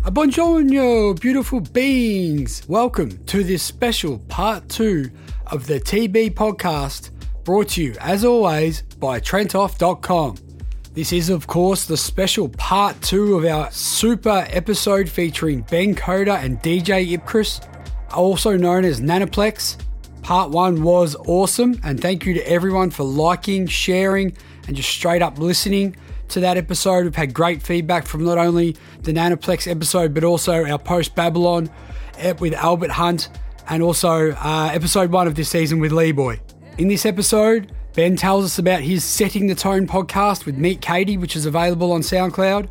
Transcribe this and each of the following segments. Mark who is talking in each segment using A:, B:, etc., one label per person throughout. A: Buongiorno, beautiful beings. Welcome to this special part two of the TB podcast, brought to you, as always, by TrentOff.com. This is, of course, the special part two of our super episode featuring Ben Coda and DJ Ipcris, also known as Nanoplex. Part one was awesome, and thank you to everyone for liking, sharing, and just straight up listening to that episode. We've had great feedback from not only the Nanoplex episode, but also our post Babylon ep with Albert Hunt, and also uh, episode one of this season with Lee Boy. In this episode, Ben tells us about his Setting the Tone podcast with Meet Katie, which is available on SoundCloud.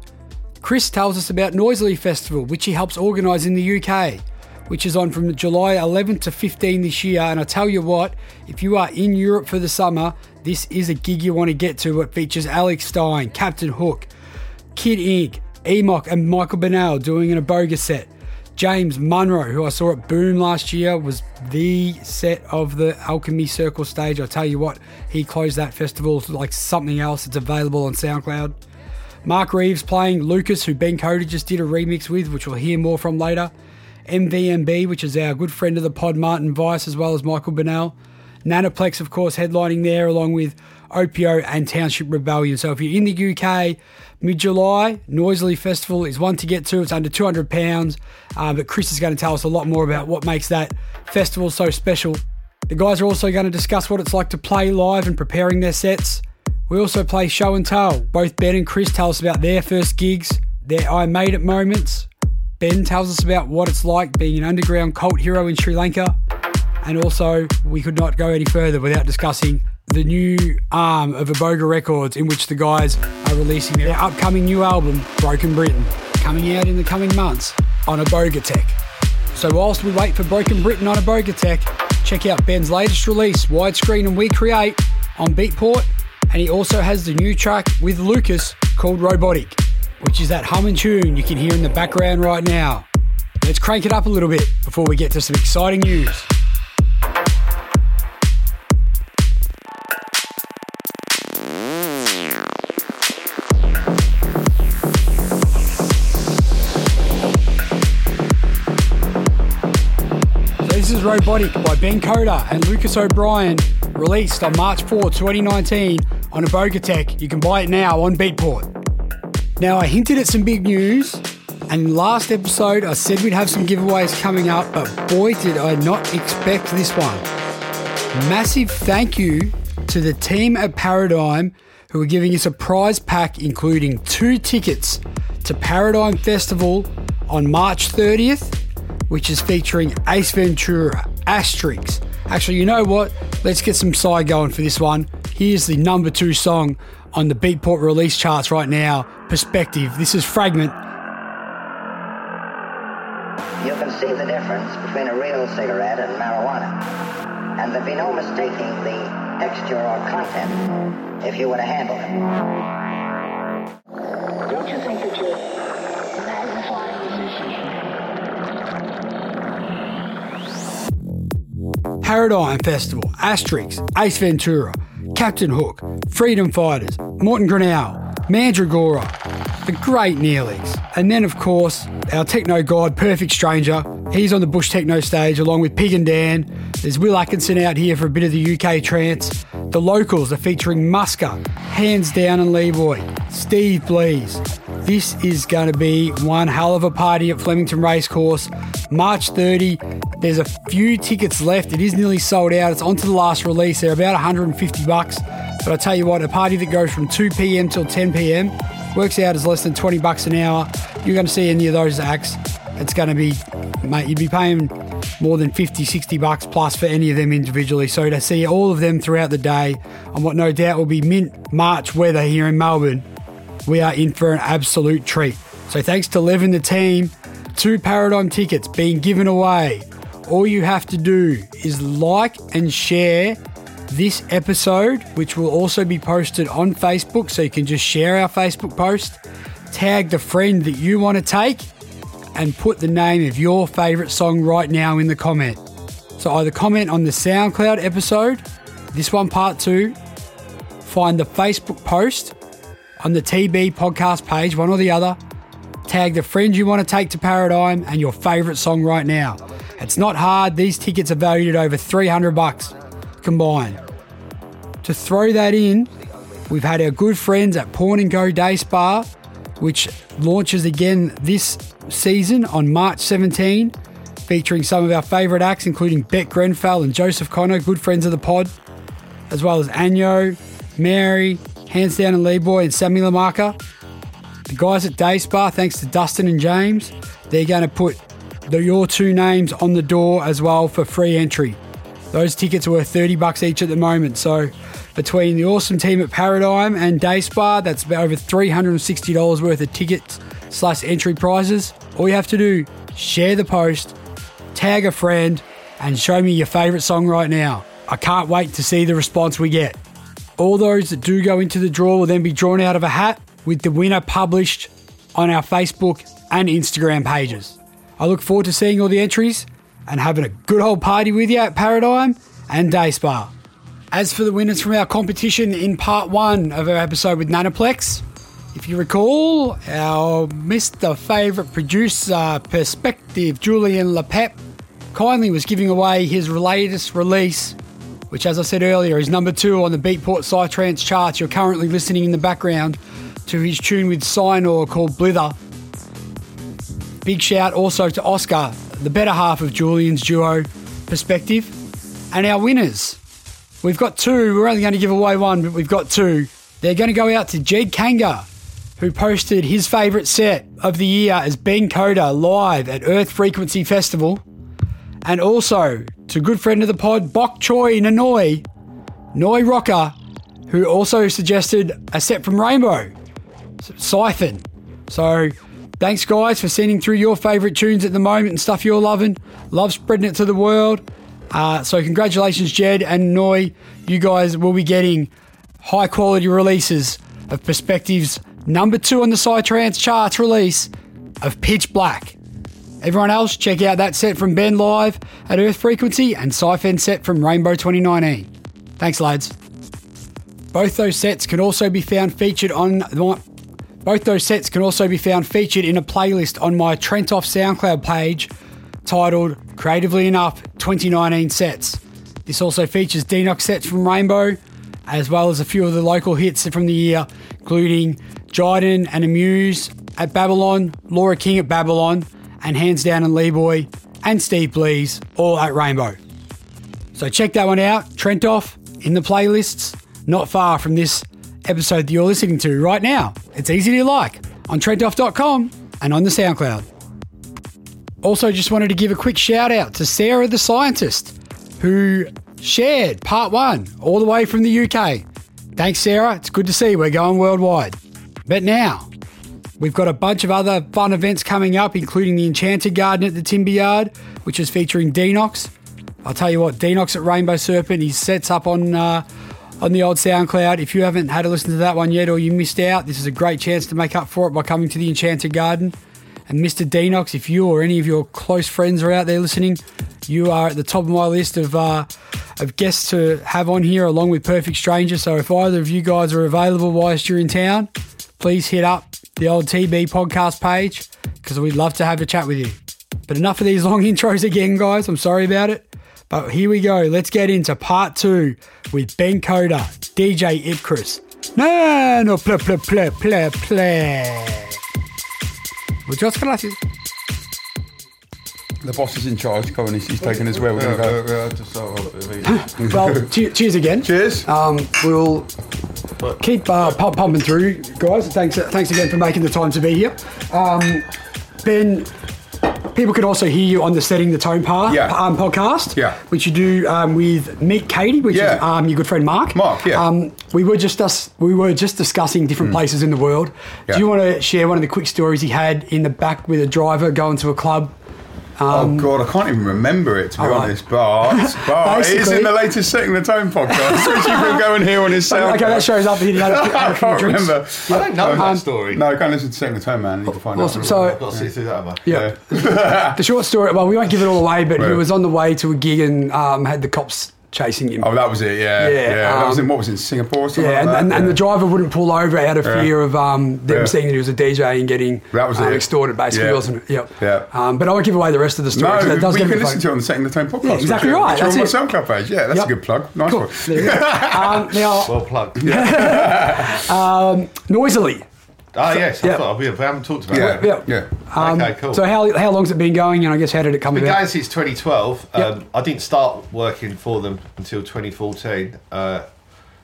A: Chris tells us about Noisily Festival, which he helps organise in the UK, which is on from July 11 to 15 this year. And I tell you what, if you are in Europe for the summer, this is a gig you want to get to. It features Alex Stein, Captain Hook, Kid Inc., Emoc, and Michael Bennell doing an Aboga set. James Munro, who I saw at Boom last year, was the set of the Alchemy Circle stage. I tell you what, he closed that festival like something else. It's available on SoundCloud. Mark Reeves playing Lucas, who Ben Coda just did a remix with, which we'll hear more from later. MVMB, which is our good friend of the pod, Martin Vice, as well as Michael Bennell. Nanoplex, of course, headlining there, along with Opio and Township Rebellion. So if you're in the UK, mid July, Noisily Festival is one to get to. It's under £200. Uh, but Chris is going to tell us a lot more about what makes that festival so special. The guys are also going to discuss what it's like to play live and preparing their sets. We also play show and tell. Both Ben and Chris tell us about their first gigs, their I made it moments. Ben tells us about what it's like being an underground cult hero in Sri Lanka. And also, we could not go any further without discussing the new arm of Aboga Records, in which the guys are releasing their upcoming new album, Broken Britain, coming out in the coming months on Aboga Tech. So, whilst we wait for Broken Britain on Aboga Tech, check out Ben's latest release, Widescreen and We Create, on Beatport. And he also has the new track with Lucas called Robotic, which is that hum and tune you can hear in the background right now. Let's crank it up a little bit before we get to some exciting news. So This is Robotic by Ben Coda and Lucas O'Brien, released on March 4, 2019 on Aboga Tech. You can buy it now on Beatport. Now, I hinted at some big news, and last episode I said we'd have some giveaways coming up, but boy, did I not expect this one. Massive thank you to the team at Paradigm who are giving us a prize pack including two tickets to Paradigm Festival on March 30th which is featuring Ace Ventura, Asterix. Actually, you know what? Let's get some side going for this one. Here's the number two song on the Beatport release charts right now. Perspective. This is Fragment.
B: You can see the difference between a real cigarette and marijuana. And there'd be no mistaking the texture or content if you were to handle it.
C: Don't you think that you're magnifying this issue?
A: Paradigm Festival, Asterix, Ace Ventura, Captain Hook, Freedom Fighters, Morton Grinnell, Mandragora, the great Neelix, and then, of course, our techno god, Perfect Stranger. He's on the Bush Techno stage along with Pig and Dan. There's Will Atkinson out here for a bit of the UK trance. The locals are featuring Musker, Hands Down and Leeboy, Steve Blees. This is going to be one hell of a party at Flemington Racecourse. March 30. There's a few tickets left. It is nearly sold out. It's on to the last release. They're about 150 bucks. But I tell you what, a party that goes from 2 p.m. till 10 p.m. works out as less than 20 bucks an hour. You're going to see any of those acts. It's going to be, mate, you'd be paying more than 50, 60 bucks plus for any of them individually. So to see all of them throughout the day on what no doubt will be mint March weather here in Melbourne, we are in for an absolute treat. So thanks to Lev and the team, two Paradigm tickets being given away. All you have to do is like and share this episode, which will also be posted on Facebook. So you can just share our Facebook post, tag the friend that you want to take, and put the name of your favorite song right now in the comment. So either comment on the SoundCloud episode, this one part two, find the Facebook post on the TB podcast page, one or the other, Tag the friend you want to take to Paradigm and your favourite song right now. It's not hard. These tickets are valued at over 300 bucks combined. To throw that in, we've had our good friends at Porn and Go Day Spa, which launches again this season on March 17, featuring some of our favourite acts, including Bet Grenfell and Joseph Connor, good friends of the pod, as well as Anyo, Mary, Hands Down and Lee Boy, and Sammy Lamarca. The guys at Day Spa, thanks to Dustin and James, they're going to put the, your two names on the door as well for free entry. Those tickets are worth 30 bucks each at the moment. So between the awesome team at Paradigm and Day Spa, that's about over $360 worth of tickets slash entry prizes. All you have to do, share the post, tag a friend, and show me your favourite song right now. I can't wait to see the response we get. All those that do go into the draw will then be drawn out of a hat with the winner published on our Facebook and Instagram pages. I look forward to seeing all the entries and having a good old party with you at Paradigm and Day Spa. As for the winners from our competition in part one of our episode with Nanoplex, if you recall, our Mr. Favourite Producer Perspective, Julian LePep, kindly was giving away his latest release, which, as I said earlier, is number two on the Beatport Psytrance charts. You're currently listening in the background to his tune with Cyanor called Blither. Big shout also to Oscar, the better half of Julian's duo perspective, and our winners. We've got two. We're only going to give away one, but we've got two. They're going to go out to Jed Kanga, who posted his favourite set of the year as Ben Coda live at Earth Frequency Festival, and also to good friend of the pod, Bok Choi Nanoi, Noi Rocker, who also suggested a set from Rainbow, Siphon. So Thanks, guys, for sending through your favourite tunes at the moment and stuff you're loving. Love spreading it to the world. Uh, so, congratulations, Jed and Noi. You guys will be getting high quality releases of Perspectives number two on the Psytrance charts release of Pitch Black. Everyone else, check out that set from Ben Live at Earth Frequency and Siphon set from Rainbow 2019. Thanks, lads. Both those sets can also be found featured on both those sets can also be found featured in a playlist on my Trentoff SoundCloud page titled Creatively Enough 2019 Sets. This also features Dinox sets from Rainbow, as well as a few of the local hits from the year, including Jiden and Amuse at Babylon, Laura King at Babylon, and Hands Down and Lee Boy, and Steve Blees, all at Rainbow. So check that one out, Trentoff, in the playlists, not far from this episode that you're listening to right now. It's easy to like on trentoff.com and on the SoundCloud. Also, just wanted to give a quick shout out to Sarah the scientist who shared part one all the way from the UK. Thanks, Sarah. It's good to see we're going worldwide. But now, we've got a bunch of other fun events coming up, including the Enchanted Garden at the Timber Yard, which is featuring Denox. I'll tell you what, Denox at Rainbow Serpent, he sets up on uh, on the old SoundCloud. If you haven't had a listen to that one yet or you missed out, this is a great chance to make up for it by coming to the Enchanted Garden. And Mr. Denox, if you or any of your close friends are out there listening, you are at the top of my list of uh, of guests to have on here, along with Perfect Stranger. So if either of you guys are available whilst you're in town, please hit up the old TB podcast page because we'd love to have a chat with you. But enough of these long intros again, guys. I'm sorry about it. But here we go. Let's get into part two with Ben Coda, DJ Ipcris. No, no, play, play, play, play, play. Muchas gracias.
D: The boss is in charge, Colin. He's, he's taken his way. We're
E: Yeah,
D: going to go.
E: yeah, yeah, just sort of-
A: Well, che- cheers again.
D: Cheers.
A: Um, we'll keep uh, pump, pumping through, guys. Thanks, uh, thanks again for making the time to be here. Um, ben, people can also hear you on the Setting the Tone par-
D: Yeah.
A: um, podcast,
D: Yeah.
A: which you do um, with Mick Cady, which is
D: Yeah.
A: um, your good friend Mark.
D: Mark, yeah. Mm.
A: Um, we were just us, we were just discussing different places in the world.
D: Yeah.
A: Do you want to share one of the quick stories he had in the back with a driver going to a club? Um,
D: oh God, I can't even remember it to be
A: all right.
D: honest. But, but it is in
A: Basically-
D: the latest setting the tone podcast, which you can go and hear on his sound.
A: Okay, that shows up. He had a, had
D: I
A: a few
D: can't
A: drinks.
D: remember. Um,
E: I don't know that story.
D: No, go and listen to Setting the Tone, man. You can find
A: Awesome.
D: out.
A: So,
E: I've got to sit through that, have I?
A: yeah. The short story, well, we won't give it all away, but he
D: Right.
A: was on the way to a gig and um, had the cops chasing him.
D: Oh, that was it. Yeah,
A: Yeah,
D: yeah. that was
A: um,
D: in what was it, Singapore? Or something
A: Yeah,
D: like
A: and,
D: that?
A: and, and the driver wouldn't pull over out of
D: Yeah.
A: fear of um, them
D: Yeah.
A: seeing that he was a DJ and getting
D: That was
A: um,
D: it.
A: extorted, basically,
D: Yeah.
A: wasn't it? Yep.
D: Yeah.
A: Um, but I won't give away the rest of the story. 'cause
D: No,
A: that does
D: we
A: get
D: can
A: a bit
D: listen
A: fun.
D: to it on the Second the Time podcast.
A: Yeah, exactly
D: which-
A: right,
D: which
A: that's
D: are on my
A: it.
D: SoundCloud page. Yeah, that's
A: Yep.
D: a good plug. Nice
A: Cool.
D: one.
A: There you go. um, now,
E: Well plugged.
A: noisily.
E: Ah, yes.
A: yeah.
E: I thought we haven't talked about
D: Yeah,
E: it.
A: Yeah.
D: yeah.
A: Um,
E: Okay, cool.
A: So how how long's it been going? And I guess how did it come
E: Been
A: about?
E: going since 2012.
A: Yep.
E: Um, I didn't start working for them until 2014. Uh,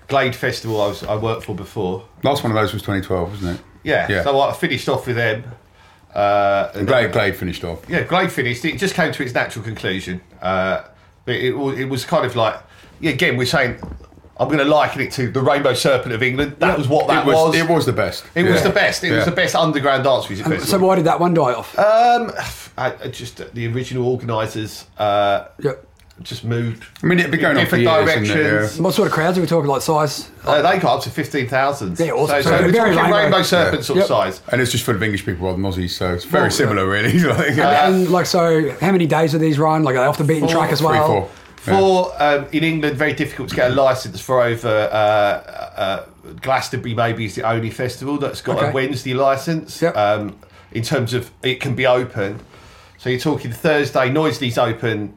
E: Glade Festival, I, was, I worked for before.
D: Last one of those was 2012, wasn't it?
E: Yeah,
D: Yeah.
E: so I finished off with them. Uh, and
D: Glade, Glade finished off.
E: yeah, Glade finished. It just came to its natural conclusion. Uh, but it, wa- it was kind of like, yeah, again, we're saying, I'm going to liken it to the Rainbow Serpent of England. That was what that
D: it was,
E: was.
D: It was the best.
E: It was the best. It
D: Yeah.
E: was the best underground dance music festival.
A: Um, So why did that one die
D: Uh,
A: off?
E: Um, I, I just uh, the original organisers uh,
A: yep.
E: just moved.
D: I mean, it'd be going on for
E: different
D: years, isn't it?
E: directions.
A: What sort of crowds are we talking? Like size?
E: Uh, they got up to fifteen thousand.
A: Yeah, awesome.
E: So,
A: So
E: so we're
A: very
E: talking
A: rainbow.
E: rainbow, serpent
D: Yeah.
E: sort
A: Yep.
E: of size.
D: And it's just full of English people rather than Aussies, so it's very Uh,
A: Well,
D: similar, really. like,
A: and like so, how many days are these run? Like are they off the beaten
E: Four,
A: track as
E: three,
A: well?
D: four. Yeah.
E: For um, in England, very difficult to get a license for over. Uh, uh, Glastonbury maybe is the only festival that's got
A: Okay.
E: a Wednesday license.
A: Yep.
E: Um, in terms of it can be open, so you're talking Thursday. Noisley's open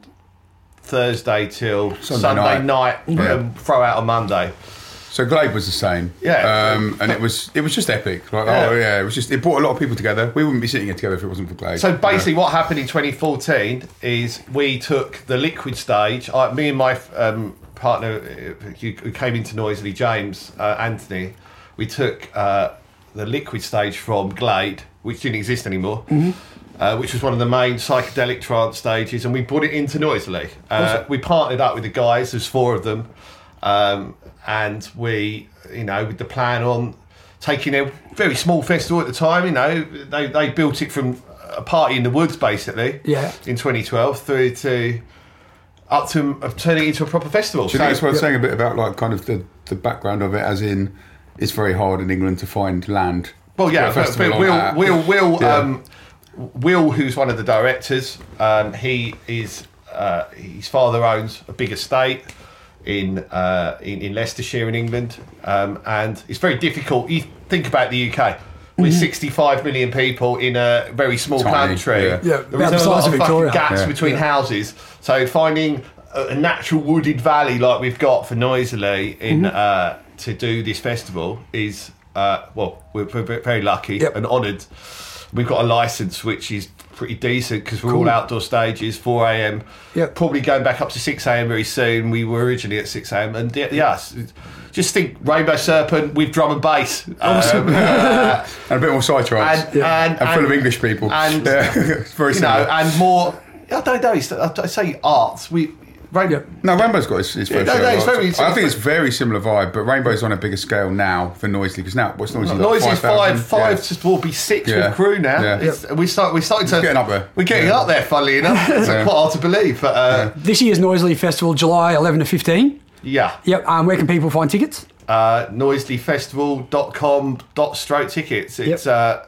E: Thursday till Sunday,
D: night.
E: night,
D: Yeah.
E: and throw out on Monday.
D: So Glade was the same,
E: Yeah.
D: um, and it was it was just epic. Like,
E: Yeah.
D: oh yeah, it was just it brought a lot of people together. We wouldn't be sitting here together if it wasn't for Glade.
E: So basically, what happened in 2014 is we took the liquid stage. I, me and my um, partner, uh, who who came into Noisily, James uh, Anthony, we took uh, the liquid stage from Glade, which didn't exist anymore, uh, which was one of the main psychedelic trance stages, and we brought it into Noisily. Uh, We partnered up with the guys. There's four of them, um, and we, you know, with the plan on taking a very small festival at the time. You know, they, they built it from a party in the woods basically.
A: Yeah.
E: In 2012 through to up to uh, turning it into a proper festival.
D: Do you think it's
E: So-
D: worth saying a bit about like kind of the, the background of it, as in it's very hard in England to find land.
E: Well, yeah,
D: for a
E: but,
D: festival like
E: but Will,
D: that.
E: Will, Will,
D: Yeah.
E: um, Will, who's one of the directors, um, he is uh, his father owns a big estate in uh, in, in Leicestershire in England, um, and it's very difficult. You think about the UK. We're
A: Mm-hmm.
E: 65 million people in a very small
D: Tiny,
E: country.
D: yeah.
A: Yeah,
E: there
A: about
E: is
A: the
E: a lot
A: size of
E: of fucking
A: Victoria.
E: gaps
D: Yeah.
E: between houses. So finding a a natural wooded valley like we've got for Noisily in
A: Mm-hmm.
E: uh, to do this festival is uh, well, we're, we're very lucky
A: Yep.
E: and honoured. We've got a license which is pretty decent because we're all outdoor stages, 4 a.m.
A: Yep.
E: Probably going back up to 6 a.m. very soon. We were originally at 6 a.m. and yeah, yeah, s- just think Rainbow Serpent with drum and bass.
A: Oh,
E: Um, uh,
D: and a bit more side trance
E: and, and,
D: And full of
E: and-
D: English people.
E: and
D: yeah. it's very
E: you
D: similar.
E: know, and more. I don't know. It's, I I say arts. We Rainbow.
A: Yep.
D: no, Rainbow's got his, his first
E: no,
D: show,
E: no, it's
D: right?
E: very- it's-
D: I think it's very similar vibe, but Rainbow's on a bigger scale now than Noisley because now what's Noisley? Like
E: Noise is
D: 5,000?
E: five, five
D: Yeah.
E: to will be six
D: Yeah.
E: with crew now.
D: Yeah.
E: It's, We start, we're starting to
D: getting up there.
E: We're getting
D: Yeah.
E: up there, funnily enough. It's
D: Yeah.
E: quite hard to believe, but uh,
A: This year's Noisily Festival, July 11 to 15.
E: yeah.
A: Yep. Um, where can people find tickets?
E: Uh, noiselifestival.com dot stroke tickets. It's
A: Yep.
E: uh,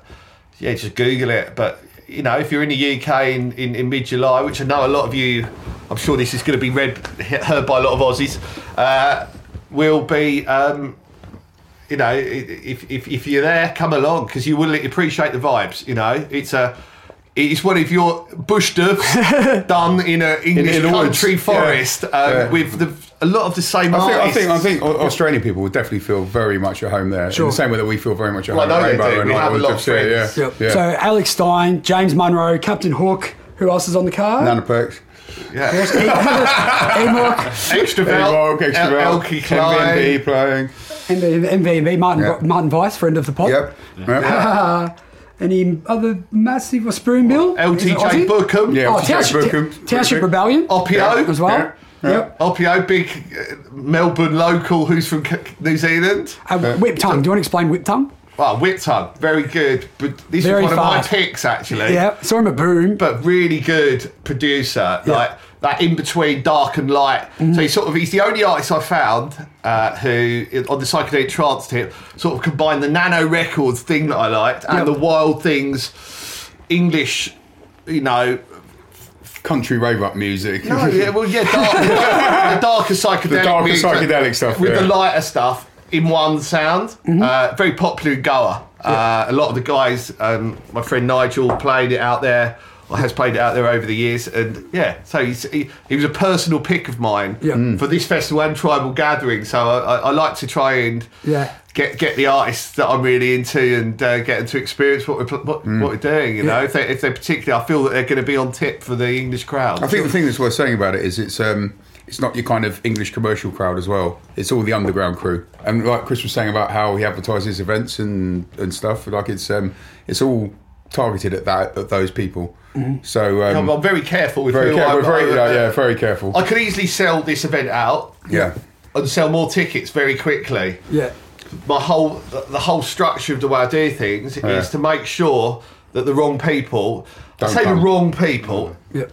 E: yeah, just Google it. But you know, if you're in the UK in, in, in mid July, which I know a lot of you, I'm sure this is going to be read heard by a lot of Aussies. Uh, will be um, you know, i- if, if, if you're there, come along because you will appreciate the vibes. You know, it's a it's one of your bush doves done in a English
D: in the woods.
E: country forest um,
D: Yeah.
E: with the, a lot of the same
D: I think, I
E: artists.
D: think I think Au- Australian people would definitely feel very much at home there.
A: Sure.
D: In the same way that we feel very much at
E: Well,
D: home.
E: I know
D: at
E: they
D: Rainbow
E: do.
D: and
E: We
D: all
E: have
D: that
E: a lot of
D: stuff, yeah,
E: friends.
D: Yeah,
A: Yep.
D: yeah.
A: So Alex Stein, James Munro, Captain Hook. Who else is on the card? E-
D: Nana Perks.
E: yeah.
A: Ed- Ed Mook,
E: Extravelt,
D: Evolve, Extravelt,
E: Elkie Klein.
D: MVNB playing.
A: MV, MVMB, Martin,
D: Yep.
A: Martin Vice, friend of the pod.
D: Yep. Yep.
A: Any other massive or Spoonbill? Is it
E: LTJ
A: Aussie?
E: Bookham. Oh,
D: Yeah.
A: Oh,
D: LTJ
A: Township,
D: Bookham.
A: Township Rebellion.
E: Oppio.
A: As well.
D: Yeah. Yeah.
A: Yep.
E: Oppio, big uh, Melbourne local who's from C- New Zealand.
A: Uh, whip tongue. Do you want to explain whip tongue?
E: Well, Whipton, very good. But this
A: Very
E: is one
A: fast.
E: of my picks, actually.
A: Yeah. Saw him at Boom.
E: But really good producer, like that in between dark and light.
A: Mm-hmm.
E: So he's sort of he's the only artist I found uh, who on the psychedelic trance tip sort of combined the nano records thing that I liked and
A: Yeah.
E: the wild things English, you know,
D: country rave up music.
E: No, yeah, well, yeah, dark, the darker psychedelic,
D: The darker
E: music
D: psychedelic stuff,
E: with the
D: yeah.
E: lighter stuff in one sound.
A: Mm-hmm.
E: Uh, very popular in Goa. Uh, a lot of the guys, um, my friend Nigel, played it out there. Or has played it out there over the years, and yeah, so he's, he, he was a personal pick of mine
A: Yeah. Mm.
E: for this festival and tribal gathering. So I, I, I like to try and
A: Yeah.
E: get get the artists that I'm really into and uh, get them to experience what we're pl- what,
D: Mm.
E: what we're doing. You know, if they if they particularly, I feel that they're going to be on tip for the English crowd.
D: I think the thing that's worth saying about it is it's um, it's not your kind of English commercial crowd as well. It's all the underground crew, and like Chris was saying about how he advertises events and and stuff. Like it's um, it's all targeted at that at those people.
E: Mm-hmm.
D: So um,
E: I'm, I'm very careful with
D: very
E: who
D: careful,
E: I'm,
D: very, yeah,
E: I,
D: yeah, very careful.
E: uh, I could easily sell this event out
D: yeah,
E: and sell more tickets very quickly.
A: Yeah.
E: My whole the the whole structure of the way I do things
D: Yeah.
E: is to make sure that the wrong people. I
D: Don't
E: say the
D: come.
E: wrong people.
A: Yeah.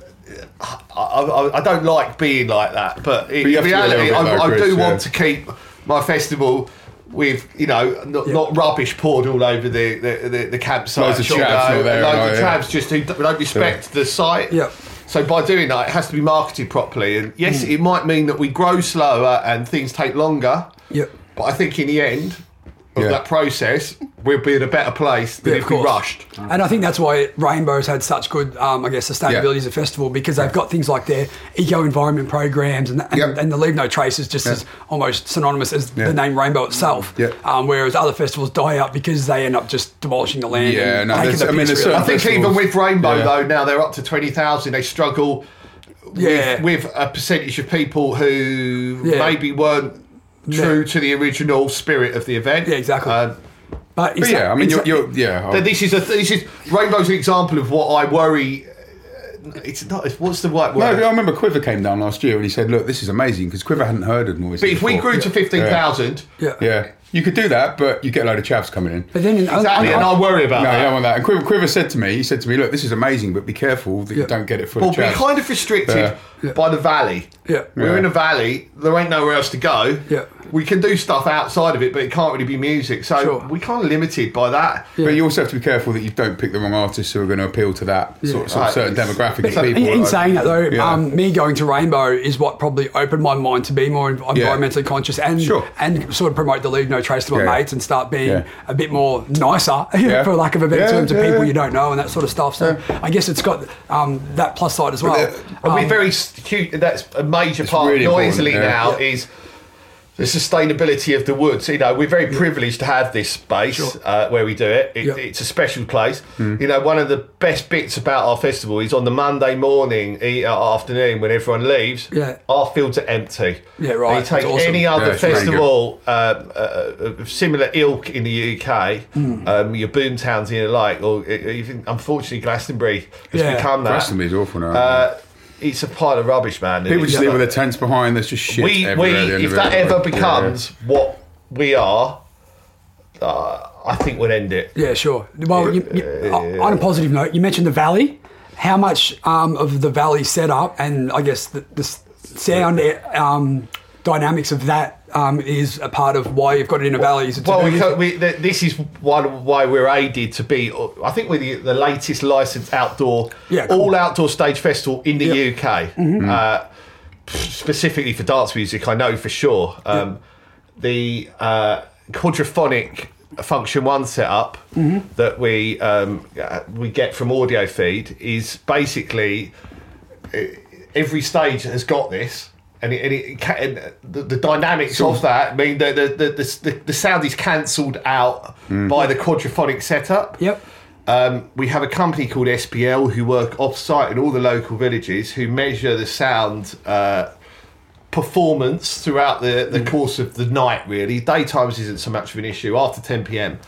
E: I, I, I don't like being like that, but in
D: But you have to be a little
E: reality,
D: bit
E: I,
D: like
E: I
D: Chris,
E: do
D: yeah.
E: want to keep my festival with you know not,
A: Yeah.
E: not rubbish poured all over the the, the, the campsite.
D: Loads of
E: you
D: chavs
E: know,
D: all there,
E: loads
D: right,
E: of
D: yeah.
E: chavs just who don't- don't respect the site.
A: Yeah. Hmm.
E: So by doing that, it has to be marketed properly, and yes, it might mean that we grow slower and things take longer.
A: Yeah.
E: But I think in the end of
D: Yeah.
E: that process, we'll be in a better place than
A: Yeah,
E: if
A: of
E: we
A: course.
E: rushed.
A: And I think that's why Rainbow's had such good, um, I guess, sustainability
D: Yeah.
A: as a festival because they've got things like their eco environment programs and and,
D: Yep.
A: and the Leave No Trace is just as almost synonymous as
D: Yeah.
A: the name Rainbow itself.
D: Yeah.
A: Um, whereas other festivals die out because they end up just demolishing the land.
D: Yeah,
A: and
D: no,
A: taking
D: there's-
A: the
D: I mean,
A: piss,
D: there's
A: really.
E: I think even
D: festivals.
E: with Rainbow
D: Yeah.
E: though, now they're up to twenty thousand. They struggle
A: Yeah.
E: with, with a percentage of people who
A: Yeah.
E: maybe weren't true to the original spirit of the event.
A: Yeah, exactly.
E: Um,
A: but
D: but
A: it's
D: yeah. I mean,
A: it's-
D: you're, you're yeah.
E: but this is a this is Rainbow's an example of what I worry. uh, It's not. It's, what's the right
D: No,
E: word?
D: I remember Quiver came down last year and he said, "Look, this is amazing because Quiver hadn't heard of noise."
E: but if we grew to fifteen thousand,
A: yeah.
D: yeah, you could do that, but you get a load of chavs coming in.
A: But then in other-
E: exactly, and I worry about
D: No,
E: that.
D: I don't want that. And Quiver, Quiver said to me, he said to me, "Look, this is amazing, but be careful that
A: Yeah.
D: you don't get it full
E: well,
D: of chavs."
E: we're kind of restricted by the valley.
A: Yeah.
E: We're
D: Yeah.
E: in a valley. There ain't nowhere else to go.
A: Yeah.
E: We can do stuff outside of it, but it can't really be music. So
A: Sure.
E: we're kind of limited by that.
D: But you also have to be careful that you don't pick the wrong artists who are going to appeal to that sort of, sort
E: Right.
D: of certain demographic of
E: So-
D: people.
A: In, in
D: like-
A: saying uh, that though,
D: Yeah.
A: um, me going to Rainbow is what probably opened my mind to be more env-
D: Yeah.
A: environmentally conscious and
D: Sure.
A: and sort of promote the leave no trace to my
D: Yeah.
A: mates and start being
D: Yeah.
A: a bit more nicer, for lack of a better
D: Yeah,
A: term, to
D: yeah,
A: people
D: yeah.
A: you don't know and that sort of stuff. So I guess it's got um, that plus side as well.
E: uh, And
A: Um,
E: we're very stu- That's a major part
D: really
E: noisily
D: important, yeah.
E: now is the sustainability of the woods. You know, we're very privileged to have this space uh, where we do it. it
A: Yep.
E: It's a special place.
D: Mm.
E: You know, one of the best bits about our festival is on the Monday morning, e- uh, afternoon, when everyone leaves.
A: Yeah.
E: our fields are empty.
A: Yeah, right.
E: You take
A: That's awesome.
E: any
D: Yeah,
E: other
D: it's really good.
E: festival uh, uh, of similar ilk in the UK,
A: Hmm.
E: um, your boomtowns and the like, or uh, even unfortunately Glastonbury has
A: Yeah.
E: become that.
D: Glastonbury is awful now.
E: Uh, it's a pile of rubbish, man.
D: people just
E: It's-
D: leave with their tents behind. There's just shit.
E: we, we
D: everywhere at the end
E: if
D: of
E: that
D: it.
E: ever
D: Yeah.
E: becomes what we are, uh, I think we'll end it.
A: Yeah, sure. Well, you, you, on a positive note, you mentioned the valley. How much um, of the valley setup and I guess the, the s- sound um, dynamics of that um, is a part of why you've got it in a valley? Is it to
E: Well,
A: do
E: we,
A: with-
E: co- we, th- this is one why we're aided to be. I think we're the, the latest licensed outdoor,
A: Yeah, cool.
E: all outdoor stage festival in the
A: Yep.
E: UK.
A: Mm-hmm.
E: Uh, specifically for dance music, I know for sure. Um, The uh, quadraphonic function one setup
A: Mm-hmm.
E: that we um, uh, we get from audio feed is basically every stage has got this, and it, and it ca- and the, the dynamics of that mean that the the, the, the, the sound is cancelled out by the quadraphonic setup.
A: Yep.
E: Um, we have a company called SPL who work off-site in all the local villages who measure the sound uh, performance throughout the,
A: Mm.
E: the course of the night. Really, daytimes isn't so much of an issue after 10 p.m.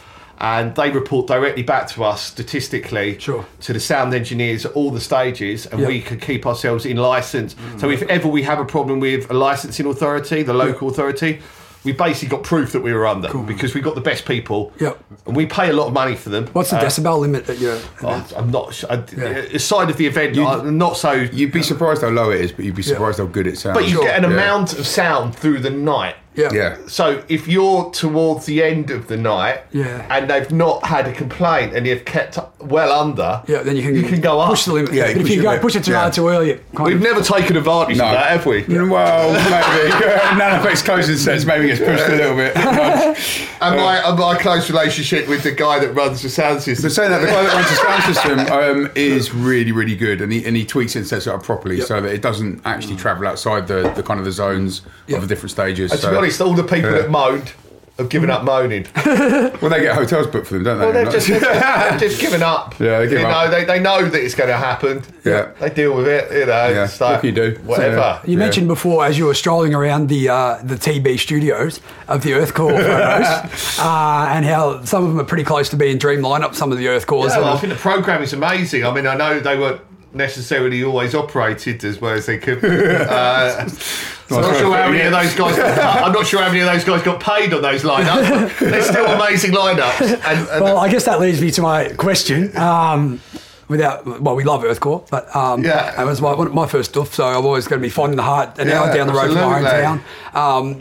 E: And they report directly back to us statistically
A: Sure.
E: to the sound engineers at all the stages, and
A: Yeah. Mm.
E: we can keep ourselves in license. So if ever we have a problem with a licensing authority, the local authority, we basically got proof that we were under because we got the best people,
A: Yep.
E: and we pay a lot of money for them.
A: What's the
E: Uh,
A: decibel limit that you're?
E: I- Oh, I'm not. su- I,
A: Yeah.
E: Side of the event, I'm not so.
D: You'd be surprised how low it is, but you'd be surprised how good it sounds.
E: but you
A: sure,
E: get an
D: Yeah.
E: amount of sound through the night
A: Yeah.
D: Yeah.
E: So if you're towards the end of the night,
A: Yeah.
E: and they've not had a complaint and you've kept well under,
A: Yeah, then you can,
E: you can go up.
A: push the limit.
D: Yeah, you
A: if
D: push
A: you
D: the
A: go
D: limit.
A: push it too
D: Yeah.
A: hard too early, it kind
E: We've
A: of-
E: never taken advantage
D: No.
E: of that, have we?
D: Well, maybe. None of it's closing sets. Maybe gets pushed a little bit.
E: And my and my close relationship with the guy that runs the sound system.
D: But saying that, the guy that runs the sound system um, is really, really good, and he and he tweaks it and sets it up properly so that it doesn't actually travel outside the, the kind of the zones
A: Yep.
D: of the different stages.
E: Mm. And to
D: so-
E: be honest, all the people
D: Yeah.
E: that moaned have given up moaning.
D: well, they get hotels booked for them, don't they?
E: Well, they've
D: Like-
E: just, they've just, they've just given up.
D: Yeah, they give
E: you
D: up.
E: Know, they, they know that it's going to happen.
D: Yeah.
E: They deal with it, you know.
D: Yeah,
E: It's like,
D: what can you do?
E: Whatever.
D: Yeah.
A: You mentioned before, as you were strolling around the uh, the TB studios of the Earth Core photos, uh, and how some of them are pretty close to being dream lineup. Some of the Earth Cores,
E: Yeah, well, I
A: and,
E: think the program is amazing. I mean, I know they weren't necessarily always operated as well as they could. Uh, I'm not sure how many of those guys. I'm not sure how many of those guys got paid on those lineups. but They're still amazing lineups. And, and
A: well, I guess that leads me to my question. Um, without, well, we love Earth Core, but um,
E: Yeah.
A: it was my, one of my first stuff, so I'm always going to be fond in the heart an hour
E: Yeah,
A: down the road from
E: absolutely.
A: our hometown.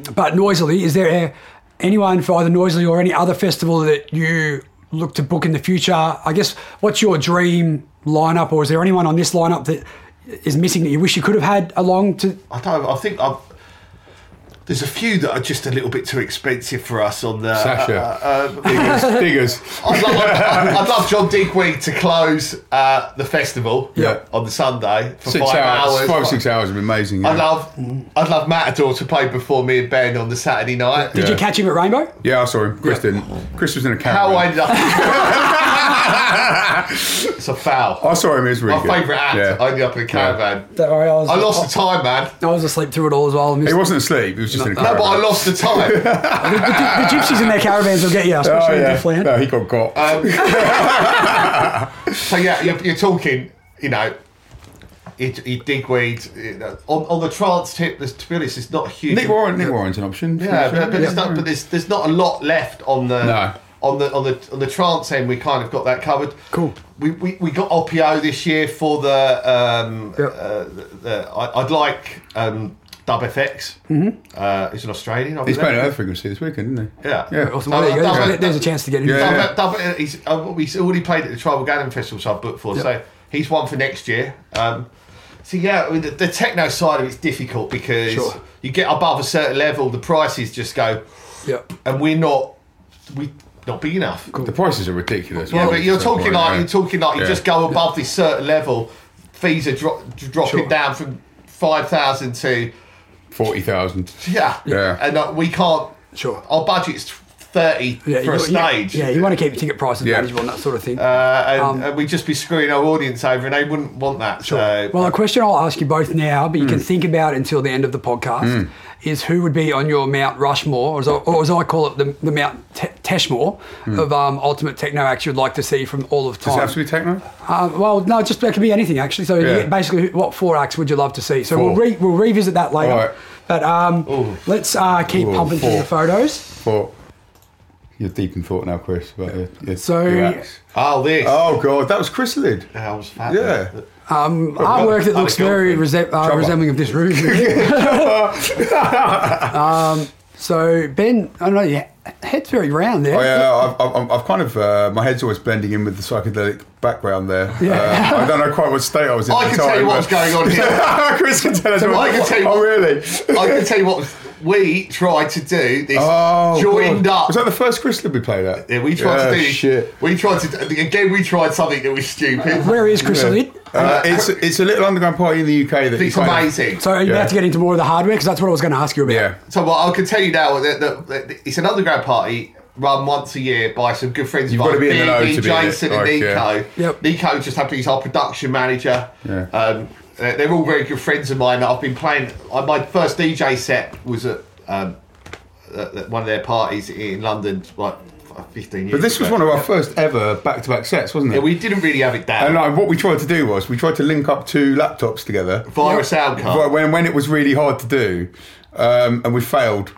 A: Um, but noisily, is there anyone for either noisily or any other festival that you look to book in the future? I guess what's your dream lineup, or is there anyone on this lineup that is missing that you wish you could have had along to?
E: I don't. I think I've. There's a few that are just a little bit too expensive for us on the.
D: Sasha.
E: Uh, uh,
D: diggers, diggers.
E: I'd love, I'd, I'd love John Digweed to close uh, the festival
D: Yeah.
E: on the Sunday for
D: Six
E: five
D: hours,
E: hours.
D: five six hours would be amazing. Yeah.
E: I'd love, I'd love Matador to play before me and Ben on the Saturday night.
A: Did you
D: Yeah.
A: catch him at Rainbow?
D: yeah, I saw him. Chris didn't. Chris was in a
E: How
D: camera.
E: I ended up. it's a foul.
D: I saw him. He was really
E: My
D: good.
E: favourite act. I ended up in a caravan.
A: Don't worry, I was.
E: I lost the time, man.
A: I was asleep through it all as well. I missed
D: He wasn't asleep. He was just in a
E: No,
D: caravan.
E: but I lost the time.
A: the, the, the gypsies in their caravans will get you, especially
D: Oh,
A: in
D: yeah.
A: Flan.
D: No, he got caught.
E: Um, so yeah, you're, you're talking. You know. You, you dig weed you know, on, on the trance tip. There's, to be honest, it's not a huge.
D: Nick Warren. Nick Warren's an option.
E: Yeah, but, but, there's not, but there's there's not a lot left on the
D: No.
E: on the on the on the trance end. We kind of got that covered.
A: Cool.
E: We we, we got Oppio this year for the um
A: Yep.
E: uh, the, the I, I'd like um Dub FX. Mm-hmm. Uh, he's an Australian. I
D: He's
E: believe.
D: playing Earth Frequency this weekend, isn't he?
E: Yeah.
D: Yeah.
A: Awesome. Well, there you go. There's- There's a chance to get in.
D: Yeah.
E: Dub, Dub- he's, uh, he's already played at the Tribal Gathering Festival, which I've booked for. So he's one for next year. Um, so yeah, I mean, the, the techno side of it's difficult because
A: Sure.
E: you get above a certain level, the prices just go
A: Yep.
E: and we're not we not big enough.
D: The prices are ridiculous.
E: Yeah, but you're
D: It's no
E: talking
D: point,
E: like
D: yeah.
E: you're talking like you
D: Yeah.
E: just go above this certain level. Fees are dro- dropping
A: Sure.
E: down from five thousand to
D: forty thousand.
E: yeah,
D: Yeah.
E: and uh, we can't.
A: Sure.
E: our budget's thirty
A: Yeah,
E: for a
A: you- you-
E: stage.
A: Yeah, you want to keep ticket prices
D: Yeah.
A: manageable and that sort of thing.
E: Uh, and,
A: Um,
E: and we'd just be screwing our audience over, and they wouldn't want that.
D: uh,
E: So,
A: well, a question I'll ask you both now, but you can
D: Hmm.
A: think about it until the end of the podcast, is who would be on your Mount Rushmore, or as I, or as I call it, the, the Mount Te- Teshmore of um, ultimate techno acts you'd like to see from all of
D: Hmm.
A: time?
D: Does it have to be techno?
A: Uh, well, no, just that could be anything actually. So
D: Yeah.
A: you- basically, who- what four acts would you love to see? So we'll
D: Four.
A: re- we'll revisit that later.
D: Alright.
A: But um, let's uh, keep
D: Ooh,
A: pumping through
D: four.
A: the photos.
D: Or you're deep in thought now, Chris. About your, your,
A: So-
D: your acts.
E: oh, this
D: oh god, that was chrysalid.
E: that was fat.
D: Yeah.
A: Artwork that
E: I'm a
A: looks very
E: girlfriend.
A: rese- uh,
D: Trouble.
A: resembling of this room. Um, so Ben, I don't know, your head's very round there.
D: Oh yeah, I've, I've, I've kind of uh, my head's always blending in with the psychedelic background there.
A: Yeah.
D: Uh, I don't know quite what state I was in.
E: I
D: at
E: can
D: the
E: tell you
D: time,
E: what's
D: but-
E: going on here.
D: Chris can tell us.
E: So
D: what-
E: I can tell you
D: Oh
E: what-
D: really?
E: I can tell you what we tried to do. This
D: Oh,
E: joined
D: God.
E: up.
D: Was that the first chrysalid we played at?
E: Yeah, we tried to do.
D: shit.
E: We tried to do- again. We tried something that was stupid.
A: Where is Chrysalid?
D: Uh, it's it's a little underground party in the UK that you
E: It's
D: kind of-
E: amazing.
A: So are you
D: Yeah.
A: about to get into more of the hardware because that's what I was going to ask you about.
D: Yeah.
E: So well, I can tell you now that, that, that it's an underground party run once a year by some good friends
D: You've
E: of
D: got to
E: mine,
D: be in the
E: Big,
D: know
E: Big
D: to be in it,
E: Jason and
D: like,
E: Nico.
D: yeah.
A: Yep.
E: Nico just happened to be our production manager.
D: Yeah.
E: Um, they're they're all very good friends of mine. that I've been playing. I, my first DJ set was at, um, at at one of their parties in London, like fifteen years.
D: But this was
E: ago.
D: one of our first ever back-to-back sets, wasn't it?
E: Yeah, we didn't really have it down.
D: And uh, like, what we tried to do was we tried to link up two laptops together
E: via a sound card.
D: But when when it was really hard to do, um, and we failed.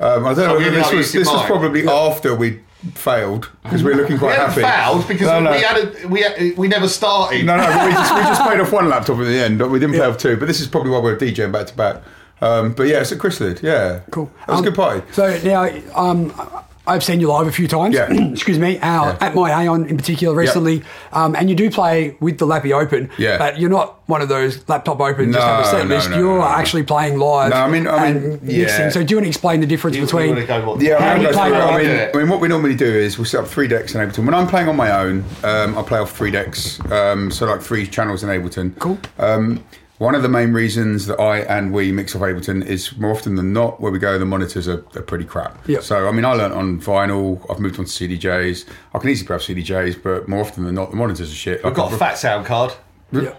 D: Um, I don't know.
E: we
D: Whether
E: ended
D: this
E: up
D: was
E: using
D: this was
E: mine.
D: probably after we failed because we were looking
E: We
D: quite
E: haven't
D: happy.
E: fouled because
D: no, no.
E: we had a, we had, we never started.
D: no, no, but we just we just played off one laptop at the end, but we didn't play off two. But this is probably why we were DJing back to back. Um, but yeah, it's at Chrysalid. Yeah,
A: Cool.
D: That was
A: Um,
D: a good party.
A: So now, um, I've seen you live a few times.
D: Yeah.
A: Excuse me. Our,
D: Yeah.
A: At my Aeon in particular recently, um, and you do play with the Lappy Open.
D: Yeah.
A: But you're not one of those laptop open just
D: No,
A: have a set
D: no,
A: list.
D: no,
A: you're
D: no, no.
A: actually playing live.
D: No, I mean- I mean,
A: and
D: yeah.
A: mixing. So do you want to explain the difference
E: You,
A: between?
E: want to go what?
D: Yeah,
A: How do
D: I, mean,
A: you
D: that's
A: play
D: what-
A: that?
D: I,
E: Do
D: mean,
E: it.
D: I mean, what we normally do is we'll set up three decks in Ableton. When I'm playing on my own, um, I play off three decks, um, so like three channels in Ableton.
A: Cool.
D: Um, one of the main reasons that I and we mix off Ableton is more often than not where we go, the monitors are, are pretty crap.
A: Yep.
D: So, I mean, I learnt on vinyl, I've moved on to CDJs. I can easily grab CDJs, but more often than not, the monitors are shit.
E: I've got a fat sound card.
A: Yeah.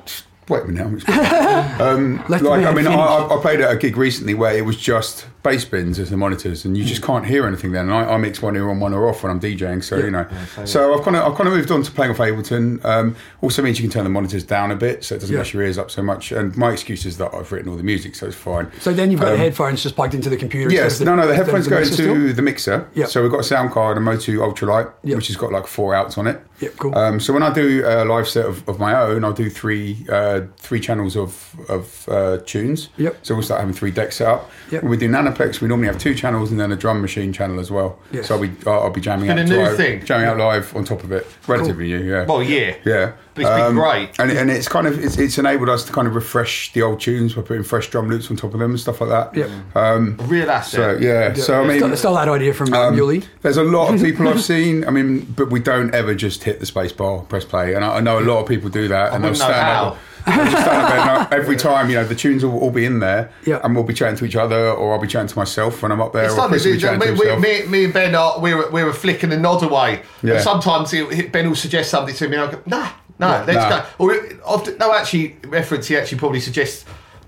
D: Wait a minute. I'm- um,
A: Let
D: like,
A: the
D: I
A: man
D: mean, I,
A: finish.
D: I I played at a gig recently where it was just bass bins as the monitors, and you
A: Mm.
D: just can't hear anything then. And I, I mix one ear on, one ear off when I'm DJing, so you know. so I've kind of I've kind of moved on to playing off Ableton. Um, also means you can turn the monitors down a bit, so it doesn't
A: Yeah.
D: mess your ears up so much. And my excuse is that I've written all the music, so it's fine.
A: So then you've got the headphones just plugged into the computer.
D: Um, Yes,
A: instead
D: no,
A: of
D: no. The
A: instead of
D: headphones go
A: mixer
D: into
A: still?
D: the mixer.
A: Yep.
D: So we've got a sound card, a Motu Ultralight,
A: Yep.
D: which has got like four outs on it.
A: Yep, cool.
D: Um, so when I do a live set of, of my own, I'll do three uh, three channels of of uh, tunes.
A: Yep.
D: So we'll start having three decks set up.
A: Yep.
D: When we do Nanoplex, we normally have two channels and then a drum machine channel as well.
A: Yes.
D: So I'll be I'll I'll be jamming
E: It's
D: out
E: been a new
D: live,
E: thing.
D: jamming out live on top of it. Relatively new, yeah.
E: Well, yeah.
D: Yeah, Um, Uh,
E: But it's been great.
D: and, and it's kind of it's, it's enabled us to kind of refresh the old tunes by putting fresh drum loops on top of them and stuff like that.
A: Yep.
D: Um,
E: A real asset.
D: so yeah, so I mean,
A: Still, still that idea from
D: um,
A: um, Yuli.
D: There's a lot of people I've seen. I mean, but we don't ever just hit the space bar, press play, and I, I know a lot of people do that, and they'll
E: wouldn't know
D: stand
E: how.
D: up. they'll just stand up there, and I- every time, you know, the tunes will all be in there,
A: Yeah.
D: and we'll be chatting to each other, or I'll be chatting to myself when I'm up there.
E: It's
D: or
E: not
D: Chris will be
E: we,
D: chatting to
E: we,
D: himself.
E: me, me and Ben are we're we're a flick and a nod away.
D: Yeah.
E: And sometimes he, he- Ben will suggest something to me, and I go, Nah, no,
D: Yeah, nah.
E: let's go. Or it- often, no, actually, reference. He actually probably suggests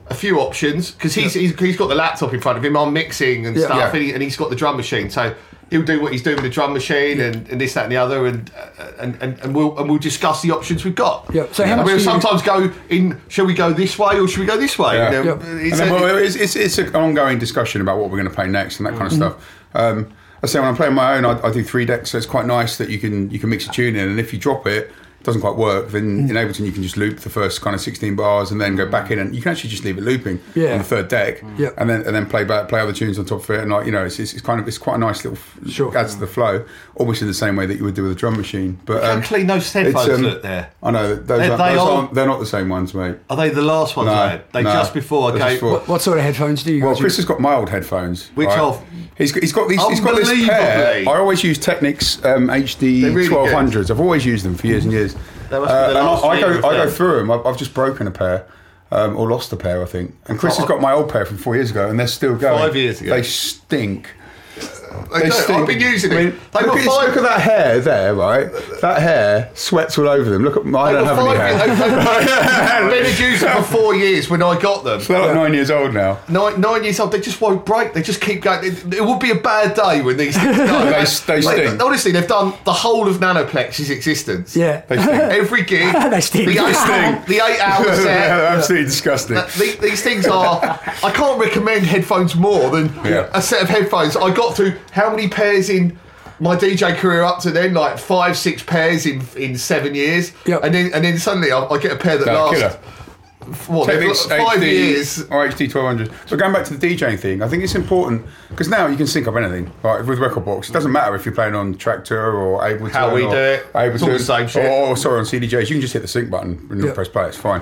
E: a few options because he's, he's he's got the laptop in front of him. I'm mixing and
A: Yeah.
E: stuff,
D: Yeah.
E: And, he, and he's got the drum machine, so. He'll do what he's doing with the drum machine and, and this, that, and the other, and uh, and, and, and we'll and we'll discuss the options we've got.
A: Yeah, so how
E: And
A: much
E: we'll
A: do you-
E: sometimes go in. Shall we go this way or shall we go this way?
D: Yeah.
E: And, uh,
A: Yeah.
E: it's
D: And then,
E: a-
D: well, it's, it's, it's an ongoing discussion about what we're going to play next and that
A: Mm.
D: kind of stuff. Um, I say when I'm playing my own, I, I do three decks, so it's quite nice that you can you can mix a tune in, and if you drop it, it doesn't quite work.
A: Mm.
D: Then in Ableton, you can just loop the first kind of 16 bars and then go back in, and you can actually just leave it looping
A: Yeah. Mm.
D: on the third deck,
A: Yeah.
D: and then and then play back play other tunes on top of it, and like you know, it's, it's, it's kind of it's quite a nice little f-
A: Sure.
D: adds to the flow, almost in the same way that you would do with a drum machine. But um,
E: How clean those headphones look there.
D: I know those,
E: They-
D: aren't,
E: they
D: those
E: all-
D: aren't they're not the same ones, mate.
E: Are they the last ones?
D: No,
E: I had? They
D: no,
E: just before I
D: they're
E: gave.
D: just before.
A: What, what sort of headphones do you
D: Well,
A: guys
D: Chris
A: use?
D: has got my old headphones.
E: Which of-
D: He's, he's got these. He's got this pair.
E: Unbelievably.
D: I always use Technics um, HD
E: They're really
D: 1200s. I've always used them for years and years. Uh,
E: They must be the
D: and I,
E: last
D: I go,
E: favourite
D: I go
E: then.
D: through them. I've, I've just broken a pair. Um, or lost a pair, I think. And Chris has got my old pair from four years ago, and they're still going.
E: Oh, Five years ago.
D: They stink.
E: They don't. I've been using
D: I
E: it.
D: mean,
E: They
D: look,
E: were
D: at, this-
E: five.
D: look at that hair there, right? That hair sweats all over them. Look at my. I
E: They
D: don't
E: were
D: have any
E: five
D: hair.
E: years- I've been a user for four years when I got them.
D: They're like nine years old now.
E: Nine, nine years old, they just won't break. They just keep going. It, it would be a bad day when these things go.
D: They s- they stink.
E: Honestly, they've done the whole of Nanoplex's existence.
A: Yeah.
D: They stink.
E: Every gig.
A: They stink.
E: The
A: They
E: eight,
D: stink.
E: the eight hour set.
D: They're absolutely disgusting.
E: That- the- these things are. I can't recommend headphones more than
D: Yeah.
E: a set of headphones. I got through how many pairs in my DJ career up to then, like five, six pairs in in seven years,
A: Yep.
E: and then and then suddenly I, I get a pair that
D: No,
E: lasts
D: killer.
E: what,
D: Technics,
E: five
D: HD,
E: years.
D: or HD 1200. So going back to the DJing thing, I think it's important because now you can sync up anything. Like with record box, it doesn't matter if you're playing on Tractor or Ableton.
E: How we
D: or
E: do it.
D: Ableton,
E: It's all the same shit.
D: Or, or sorry, on CDJs, you can just hit the sync button and
A: Yeah.
D: press play. It's fine.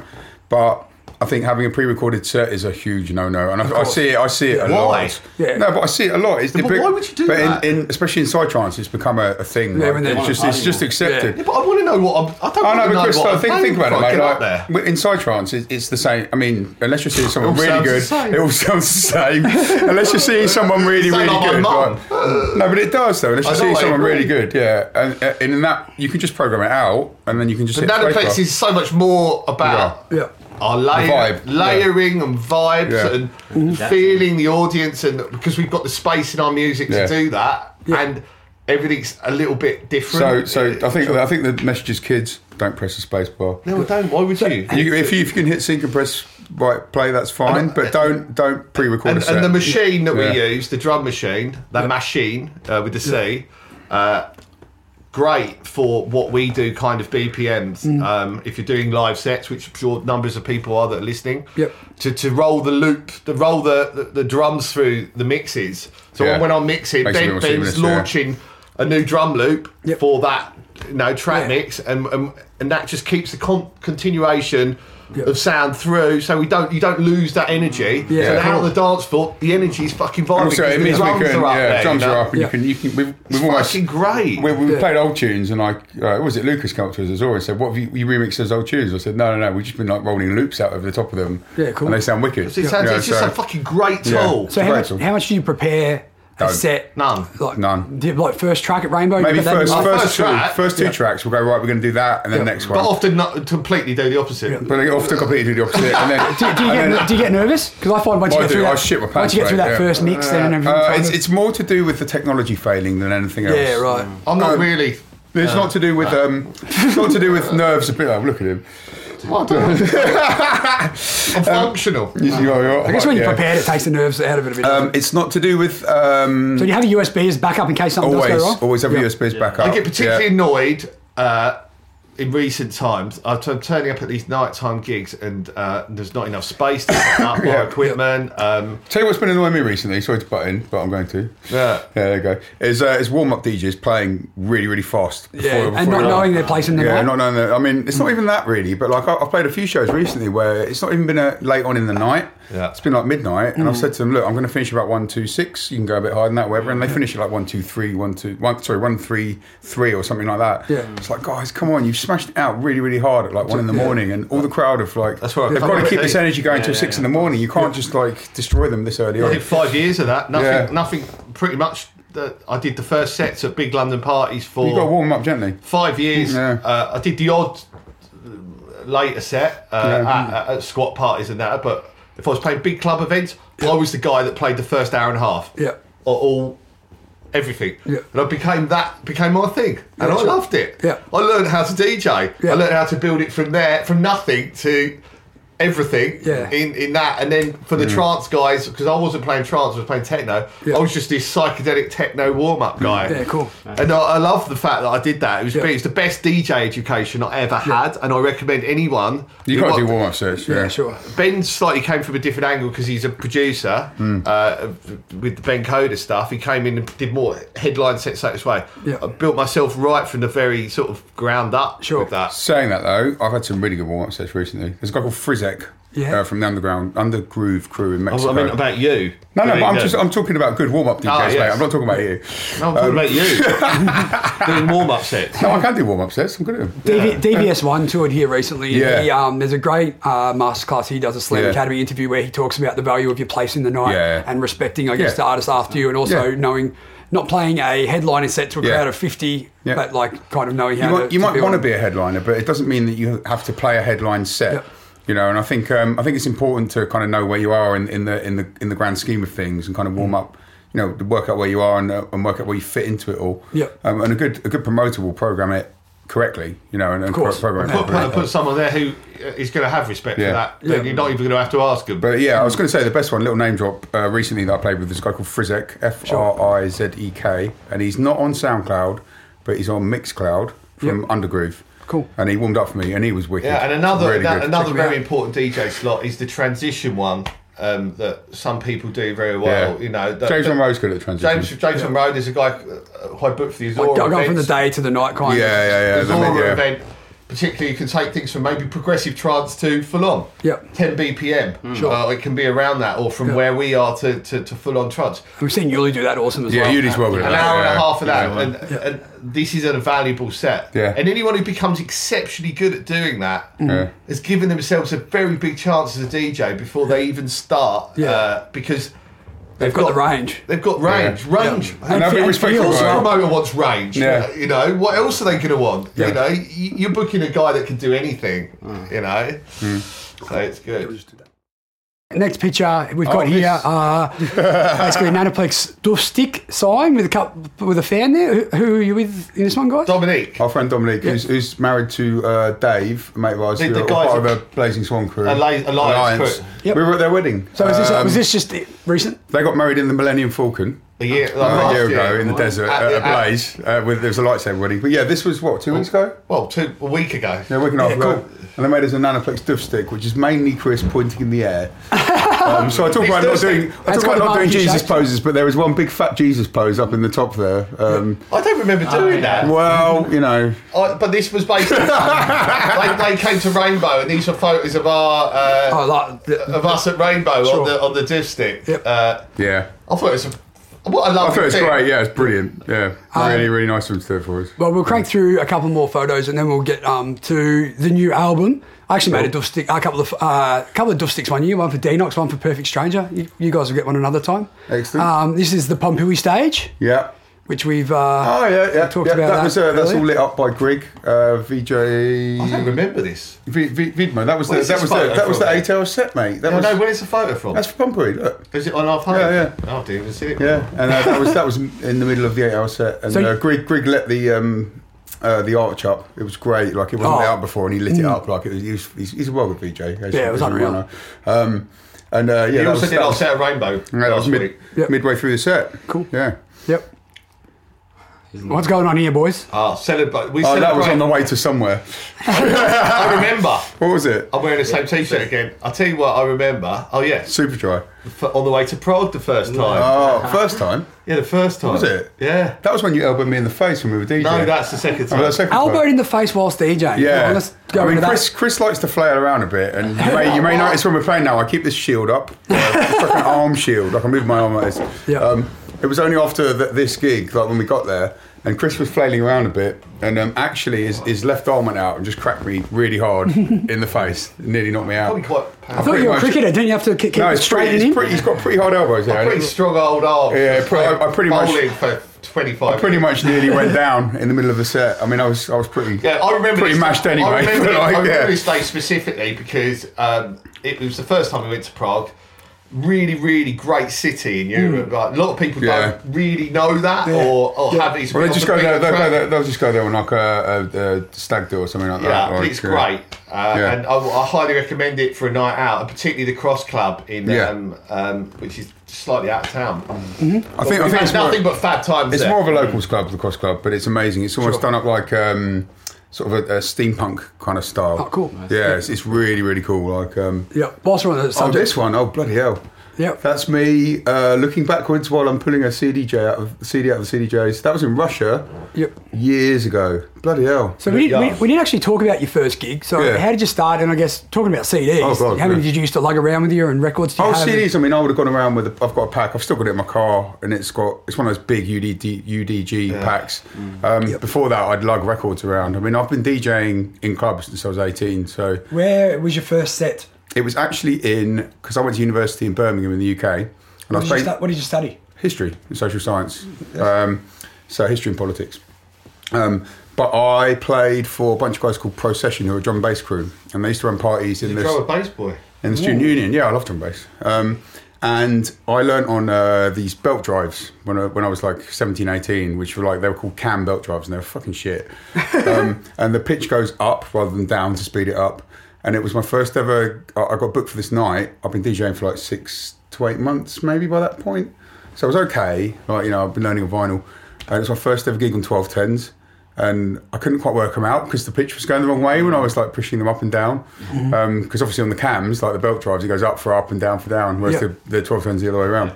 D: But I think having a pre-recorded set is a huge no-no, and I, I see it. I see it a
E: Why?
D: lot.
A: Yeah.
D: No, but I see it a lot. It's,
E: but why would you do
D: but
E: that?
D: In, in, especially in psytrance, it's become a, a thing.
A: Yeah,
D: like,
A: when they
D: it's
A: want
D: just, it's just accepted.
E: Yeah, but I want to know what I'm. I don't
D: I know, Oh,
E: want to
D: but
E: know
D: Chris,
E: what
D: I
E: I'm
D: think,
E: paying
D: think about it,
E: before I
D: mate.
E: get
D: Like,
E: up there.
D: w- in Psytrance, it's, it's the same. I mean, unless you're seeing someone
E: It all
D: really
E: sounds
D: good,
E: the same.
D: it all sounds the same. unless you're seeing someone really,
E: Sound
D: really
E: like my
D: good.
E: mum.
D: right? no, but it does though. Unless
E: I
D: you're
E: know,
D: seeing
E: I
D: someone
E: agree.
D: really good, yeah. And, and in that, you can just program it out, and then you can just.
E: But
D: hit the spacebar.
E: Nanoplex is so much more about
A: Yeah.
E: our layer,
D: vibe,
E: layering and vibes
D: Yeah.
E: and feeling the audience, and because we've got the space in our music
D: Yeah.
E: to do that, and everything's a little bit
D: So,
E: different.
D: so I think I think the message is kids don't press the space bar.
E: no, I don't. Why would you?
D: You, if, you, if you can hit sync and press right play, that's fine. but don't don't pre-record
E: uh, and,
D: a set.
E: and the machine that
D: Yeah.
E: we use, the drum machine, the machine uh, with the C, uh, great for what we do, kind of BPMs.
D: Mm.
E: Um, if you're doing live sets, which I'm sure numbers of people are that are listening,
A: Yep.
E: to, to roll the loop, to roll the, the, the drums through the mixes. So
D: Yeah.
E: when I'm mixing,
D: Makes it a
E: Ben,
D: bit more
E: Ben's
D: seamless, yeah.
E: launching a new drum loop
A: Yep.
E: for that, you know, track
A: Yeah.
E: mix, and, and and that just keeps the con- continuation.
A: Yep.
E: Of sound through, so we don't you don't lose that energy.
A: Yeah.
E: So now
A: Cool.
E: on the dance floor, the energy is fucking vibing.
D: Also,
E: because
D: it
E: the
D: means we
E: drums
D: can,
E: are up
D: yeah,
E: there,
D: drums
E: you know?
D: are up, and
A: Yeah.
D: you can, you can. We've, we've almost
E: fucking great.
D: We, we
A: Yeah.
D: played old tunes, and I uh, was it Lucas came up to us as well and said, "What have you, you remixed those old tunes?" I said, "No, no, no. We've just been like rolling loops out over the top of them.
A: Yeah, cool.
D: And they sound wicked.
E: It sounds,
D: Yeah,
E: it's just
D: so-
E: a fucking great
D: Yeah.
E: tool.
A: So how
D: Great
A: much,
D: song.
A: how much do you prepare a
D: Don't.
A: set?
E: None.
A: Like,
D: None.
A: Did, like first track at Rainbow? you
D: Maybe
A: put that in
D: first,
A: the-
E: Oh,
D: first,
E: first
D: two,
E: track.
D: first two
A: Yeah.
D: tracks, we'll go right. We're going to do that, and then
A: Yeah.
D: next
E: But
D: one.
E: often not completely do the opposite.
D: but they often completely do the opposite. and then,
A: do, do you
D: and
A: get,
D: then-
A: do you get nervous? Because I find once you
D: I
A: get
D: do.
A: through
D: I
A: that,
D: shit my pants.
A: once you get through
D: mate,
A: that
D: yeah.
A: first mix, then everything.
D: Uh,
A: kind
D: it's,
A: of-
D: it's more to do with the technology failing than anything else.
A: yeah, right.
E: I'm
D: Um,
E: not really.
D: It's not to do with um, it's not to do with nerves. A bit. Oh, look at him.
E: Well done.
D: um,
E: I'm functional.
D: He's- you know,
A: I guess when you
D: yeah.
A: prepare, it takes the nerves out of it a bit.
D: Um, it's not to do with um,
A: so you have your USB as backup in case something
D: always
A: does go wrong.
D: always have
A: Yeah.
D: your space back up.
E: I get particularly
D: Yeah.
E: annoyed uh, in recent times. I'm t- turning up at these nighttime gigs and uh, there's not enough space to set up my equipment. Um,
D: Tell you what's been annoying me recently. Sorry to butt in, but I'm going to.
E: Yeah.
D: there you go. Is uh, is warm up DJs playing really really fast? Before,
A: Yeah, and
D: before
A: not
D: you-
A: knowing their place in the
D: Yeah,
A: night.
D: not knowing. Their, I mean, it's not even that really. But like, I, I've played a few shows recently where it's not even been a, late on in the night.
E: Yeah.
D: It's been like midnight,
A: Hmm.
D: and I've said to them, "Look, I'm going to finish about one two six. You can go a bit higher than that, whatever." And they
A: Hmm.
D: finish at like one two three, one two one. Sorry, one three three or something like that.
A: Yeah.
D: It's like, guys, come on! You've smashed it out really really hard at like one in the
A: Yeah.
D: morning, and all the crowd have like.
E: That's where I
D: They've
E: come
D: got to
E: up
D: keep
E: with
D: this
E: it.
D: energy going till
F: yeah,
D: six
F: yeah.
D: in the morning. You can't just like destroy them this early
E: I
D: on.
E: did five years of that. Nothing.
D: Yeah.
E: Nothing. Pretty much. The, I did the first sets at big London parties for.
D: You've got to warm them up gently.
E: five years.
D: Yeah.
E: Uh, I did the odd uh, later set uh, at, at, at squat parties and that, but if I was playing big club events, I was the guy that played the first hour and a half.
A: Yeah.
E: Or all everything.
A: Yeah.
E: And I became that became my thing, and I
A: sure.
E: loved it.
A: Yeah.
E: I learned how to DJ.
A: Yeah.
E: I learned how to build it from there, from nothing to. Everything
A: Yeah.
E: in, in that, and then for the trance guys, because I wasn't playing trance, I was playing techno.
A: Yeah.
E: I was just this psychedelic techno warm up guy.
A: Yeah, cool.
E: And I, I love the fact that I did that. It was
A: Yeah.
E: it's the best DJ education I ever had, and I recommend anyone.
D: You
E: who
D: got to
E: wa-
D: do warm up sets. Yeah,
A: Yeah, sure.
E: Ben slightly came from a different angle because he's a producer uh, with the Ben Coda stuff. He came in and did more headline sets that way.
A: Yeah.
E: I built myself right from the very sort of ground up
A: Sure.
E: with that.
D: Saying that though, I've had some really good warm up sets recently. There's a guy called Frizek.
A: Yeah.
D: uh, from the underground undergroove crew in
F: I
D: Mexico.
F: I meant about you.
D: no, no,
F: Doing
D: but I'm
F: the-
D: just I'm talking about good warm up DJs,
E: Ah, yes.
D: mate. I'm not talking about you.
E: No, I'm talking about you doing warm up sets.
D: No, I can do warm up sets. I'm good at them.
A: DV, DVS One toured here recently.
D: Yeah.
A: He, um, there's a great uh, masterclass he does a Slam
D: Yeah.
A: Academy interview where he talks about the value of your place in the night
D: Yeah.
A: and respecting, I guess,
D: Yeah.
A: the artist after you, and also
D: Yeah.
A: knowing not playing a headliner set to a
D: Yeah.
A: crowd of fifty,
D: Yeah.
A: but like kind of knowing
D: You
A: how
D: might,
A: to, to
D: you might
A: build.
D: want to be a headliner, but it doesn't mean that you have to play a headline set.
A: Yep.
D: You know, and I think um, I think it's important to kind of know where you are in, in the in the in the grand scheme of things, and kind of warm up. You know, to work out where you are and, uh, and work out where you fit into it all.
A: Yep.
D: Um, and a good a good promoter will program it correctly. You know, and, and
A: course.
D: pro- program it.
E: Put, put,
D: properly.
E: put someone there who uh, is going to have respect
D: Yeah.
E: for that.
A: Yeah.
E: Then you're not even going to have to ask them.
D: But yeah, I
A: Mm.
D: was going to say the best one, little name drop uh, recently that I played with this guy called Frizek, F R I Z E K, and he's not on SoundCloud, but he's on Mixcloud from
A: Yep.
D: Undergroove.
A: Cool.
D: And he warmed up for me, and he was wicked.
E: Yeah, and another
D: Really
E: that,
D: good.
E: another
A: Check 'em
E: very
A: out.
E: important DJ slot is the transition one um, that some people do very well.
D: Yeah.
E: You know, that,
D: James
E: that-
D: Monroe's good at transition.
E: James James Monroe is a guy uh, who I booked for the Azora
A: Like, I go
E: events.
A: from the day to the night kind.
D: Yeah,
A: of.
D: yeah, yeah.
E: Azora
D: that made- yeah.
E: event, particularly you can take things from maybe progressive trance to full on.
A: Yep.
E: 10 BPM.
D: Hmm.
E: Sure, Uh, it can be around that, or from
A: Yeah.
E: where we are to, to, to full on trance.
A: We've seen Yuli do that awesome as
D: Yeah,
A: well.
D: Yuli's well good at
E: An
D: that,
E: hour
D: yeah.
E: and a half of that,
F: Yeah.
E: and, and this is a valuable set.
D: Yeah.
E: And anyone who becomes exceptionally good at doing that
A: Mm.
D: Yeah.
E: has given themselves a very big chance as a DJ before they even start.
A: Yeah.
E: Uh, because they've,
A: got the range.
E: They've got range.
D: Yeah.
E: Range.
A: Yeah.
E: Who
D: And I'll be
A: And
D: respectful.
A: feels
E: else
D: right?
E: in the moment wants range.
D: Yeah.
E: You know, what else are they going to want?
D: Yeah.
E: You know, y- you're booking a guy that can do anything,
A: Mm.
E: you know?
D: Mm.
E: So it's good.
A: Next picture we've got
D: Oh,
A: here,
D: this-
A: uh, basically a Nanoplex Duff Stick sign with a cup with a fan there. Who, who are you with in this one, guys?
E: Dominique.
D: Our friend Dominic, who's, who's married to uh, Dave, a mate of ours,
E: The-
D: who
E: the
D: are
E: guys
D: part of
E: at-
D: the Blazing Swan crew.
E: Alli- Alliance crew.
A: Yep.
D: We were at their wedding.
A: So is this,
D: Um,
A: was this just recent?
D: They got married in the Millennium Falcon.
E: a year, like
D: Uh,
E: last
D: a year ago in the
E: At
D: desert at,
E: the-
D: a blaze uh, with there was a lightsaber wedding. But yeah, this was what two weeks ago.
E: Well, two a week ago.
D: Yeah, we can half
E: Oh. cool.
D: ago. And they made us a Nanoplex duff stick, which is mainly Chris pointing in the air. Um, so I talk about not
E: Duff
D: doing
E: stick.
D: I
A: That's got a
D: talk about not doing
A: barbecue
D: Jesus
A: shape.
D: poses, but there was one big fat Jesus pose up in the top there. Um,
E: I don't remember
A: Oh,
E: doing that.
D: well, you know,
E: I, but this was based. they, they came to Rainbow, and these are photos of our uh,
A: Oh, like the-
E: of us at Rainbow
A: Sure.
E: on the on the div stick.
A: Yep.
E: Uh,
D: yeah.
E: I thought it was a, what a
D: I
E: lovely
D: thought it was
E: thing.
D: great. Yeah, it's brilliant. Yeah, really, really nice of them to do it for us.
A: Well, we'll crank through a couple more photos and then we'll get um, to the new album. I actually made a duff stick, a couple of uh, couple of duff sticks one year, one for Denox, one for Perfect Stranger. You, you guys will get one another time.
D: Excellent.
A: Um, this is the Pompili stage,
D: Yeah.
A: which we've uh,
D: Oh yeah, yeah.
A: we talked
D: yeah,
A: about that.
D: was uh, that's
A: earlier.
D: all lit up by Grig, uh,
E: I don't
D: VJ,
E: remember this.
D: v, v, Vidmo. That was the,
E: Where's
D: that
E: this
D: was the,
E: photo
D: that was the
E: from?
D: eight hour set, mate. That
E: No,
D: was
E: no, where's the photo from?
D: that's for Pumpery. Look.
E: Is it on our phone?
D: Yeah, yeah.
E: Oh, I didn't even see it.
D: Yeah, and uh, that was that was in the middle of the eight-hour set, and
A: So-
D: uh, Grig Grig let the um, uh, the arch up. It was great. Like it wasn't
A: Oh.
D: lit out before, and he
E: Mm.
D: lit it up. Like it was, he was he's, he's a well good VJ. He's-
A: Yeah, it was
D: he's a
A: unreal.
D: runner. Um, and uh, yeah,
E: You
D: that
E: also
D: was,
E: did
D: that
E: our
D: was-
E: set at Rainbow
D: that was
E: last
D: mid-
E: week.
A: Yep.
D: midway through the set.
A: Cool.
D: Yeah.
A: Yep. What's going on here, boys?
E: Ah, celebrate. We
D: Oh,
E: celebrate.
D: that was on the way to somewhere.
E: I remember.
D: What was it?
E: I'm wearing the same T-shirt again. I'll tell you what I remember. Oh yeah,
D: Super dry.
E: F- on the way to Prague the first time.
D: Oh, first time.
E: yeah, the first time.
D: Was it?
E: Yeah.
D: That was when you elbowed me in the face when we were DJing.
E: No, that's the second
D: Oh,
E: time.
D: that's second time.
A: Elbowed in the face whilst DJing. Come
D: Yeah,
A: on, let's go
D: I mean,
A: into
D: Chris,
A: that.
D: Chris likes to flail around a bit, and you may, you may notice when we're playing now, I keep this shield up, uh, it's like an arm shield, like I move my arm like this.
A: Yeah.
D: Um, it was only after th- this gig, like when we got there, and Chris was flailing around a bit, and um, actually his, his left arm went out and just cracked me really hard in the face, It nearly knocked me out.
E: Probably quite
A: I
E: powerful.
A: thought
D: pretty
A: you were a
D: much-
A: cricketer, didn't you have to keep
D: No,
A: it
D: it's
A: straight
D: pretty,
A: in?
D: it's pretty, he's got pretty hard elbows. Yeah, and
E: pretty
D: it-
E: strong old arm.
D: Yeah, pre- I- I pretty much-
E: bowling for 25.
D: I pretty much nearly went down in the middle of the set. I mean, I was I was pretty
E: Yeah, I remember.
D: pretty
E: this-
D: mashed anyway.
E: I remember,
D: but
E: I
D: like,
E: remember
D: yeah.
E: this day specifically because um, it was the first time we went to Prague. Really, really great city in Europe. Like a lot of people
D: Mm. Yeah.
E: don't really know that or, or have these.
D: Well, they
E: on
D: just
E: the
D: go there.
E: beaten
D: They'll,
E: track.
D: go there- they'll just go there on like a, a, a stag do or something like that.
E: Yeah,
D: like,
E: it's
D: uh,
E: great, uh,
D: Yeah.
E: and I, I highly recommend it for a night out, and particularly the Cross Club in,
D: Yeah. Mm-hmm.
E: um, um, which is slightly out of town.
D: I think, I
E: We've
D: think
E: had
D: it's,
E: nothing
D: more,
E: but fab times.
D: it's
E: there.
D: more of a locals club, the Cross Club, but it's amazing. It's almost
E: Sure.
D: done up like um, sort of a, a steampunk kind of style.
A: Oh, cool.
D: Yeah, It's, it's really really cool. Like um,
A: Yeah, whilst we're on the
D: oh,
A: subject.
D: this one, oh bloody hell.
A: Yep.
D: That's me uh, looking backwards while I'm pulling a CDJ out of CD out of the CDJs. That was in Russia
A: Yep.
D: years ago. Bloody hell.
A: So we, did, we,
E: Yeah.
A: we didn't actually talk about your first gig. So
D: Yeah.
A: how did you start? And I guess talking about CDs,
D: Oh, God,
A: how many
D: yeah.
A: did you used to lug around with you and records? Did you
D: Oh,
A: have?
D: CDs. I mean, I would have gone around with. A, I've got a pack. I've still got it in my car, and it's got. It's one of those big UDD, UDG packs.
A: Mm.
D: Um, Before that, I'd lug records around. I mean, I've been DJing in clubs since I was eighteen. So
A: Where was your first set?
D: it was actually in because I went to university in Birmingham in the UK, and I
A: What did,
D: was
A: you
D: playing
A: stu- what did you study?
D: history and social science. Um, so history and politics. Um, but I played for a bunch of guys called Procession, who were a drum and bass crew, and they used to run parties in
E: You
D: this
E: throw a bass boy.
D: in the student union. Yeah, I love drum and bass. Um, and I learnt on uh, these belt drives when I, when I was like 17, 18, which were like, they were called cam belt drives and they were fucking shit. Um, and the pitch goes up rather than down to speed it up. And it was my first ever, I I got booked for this night. I've been DJing for like six to eight months maybe by that point. So I was okay. Like, you know, I've been learning on vinyl. And it's my first ever gig on 1210s. And I couldn't quite work them out because the pitch was going the wrong way when I was like pushing them up and down. Because obviously on the cams, like the belt drives, it goes up for up and down for down, whereas
A: Yeah.
D: the, the 1210s the other way around.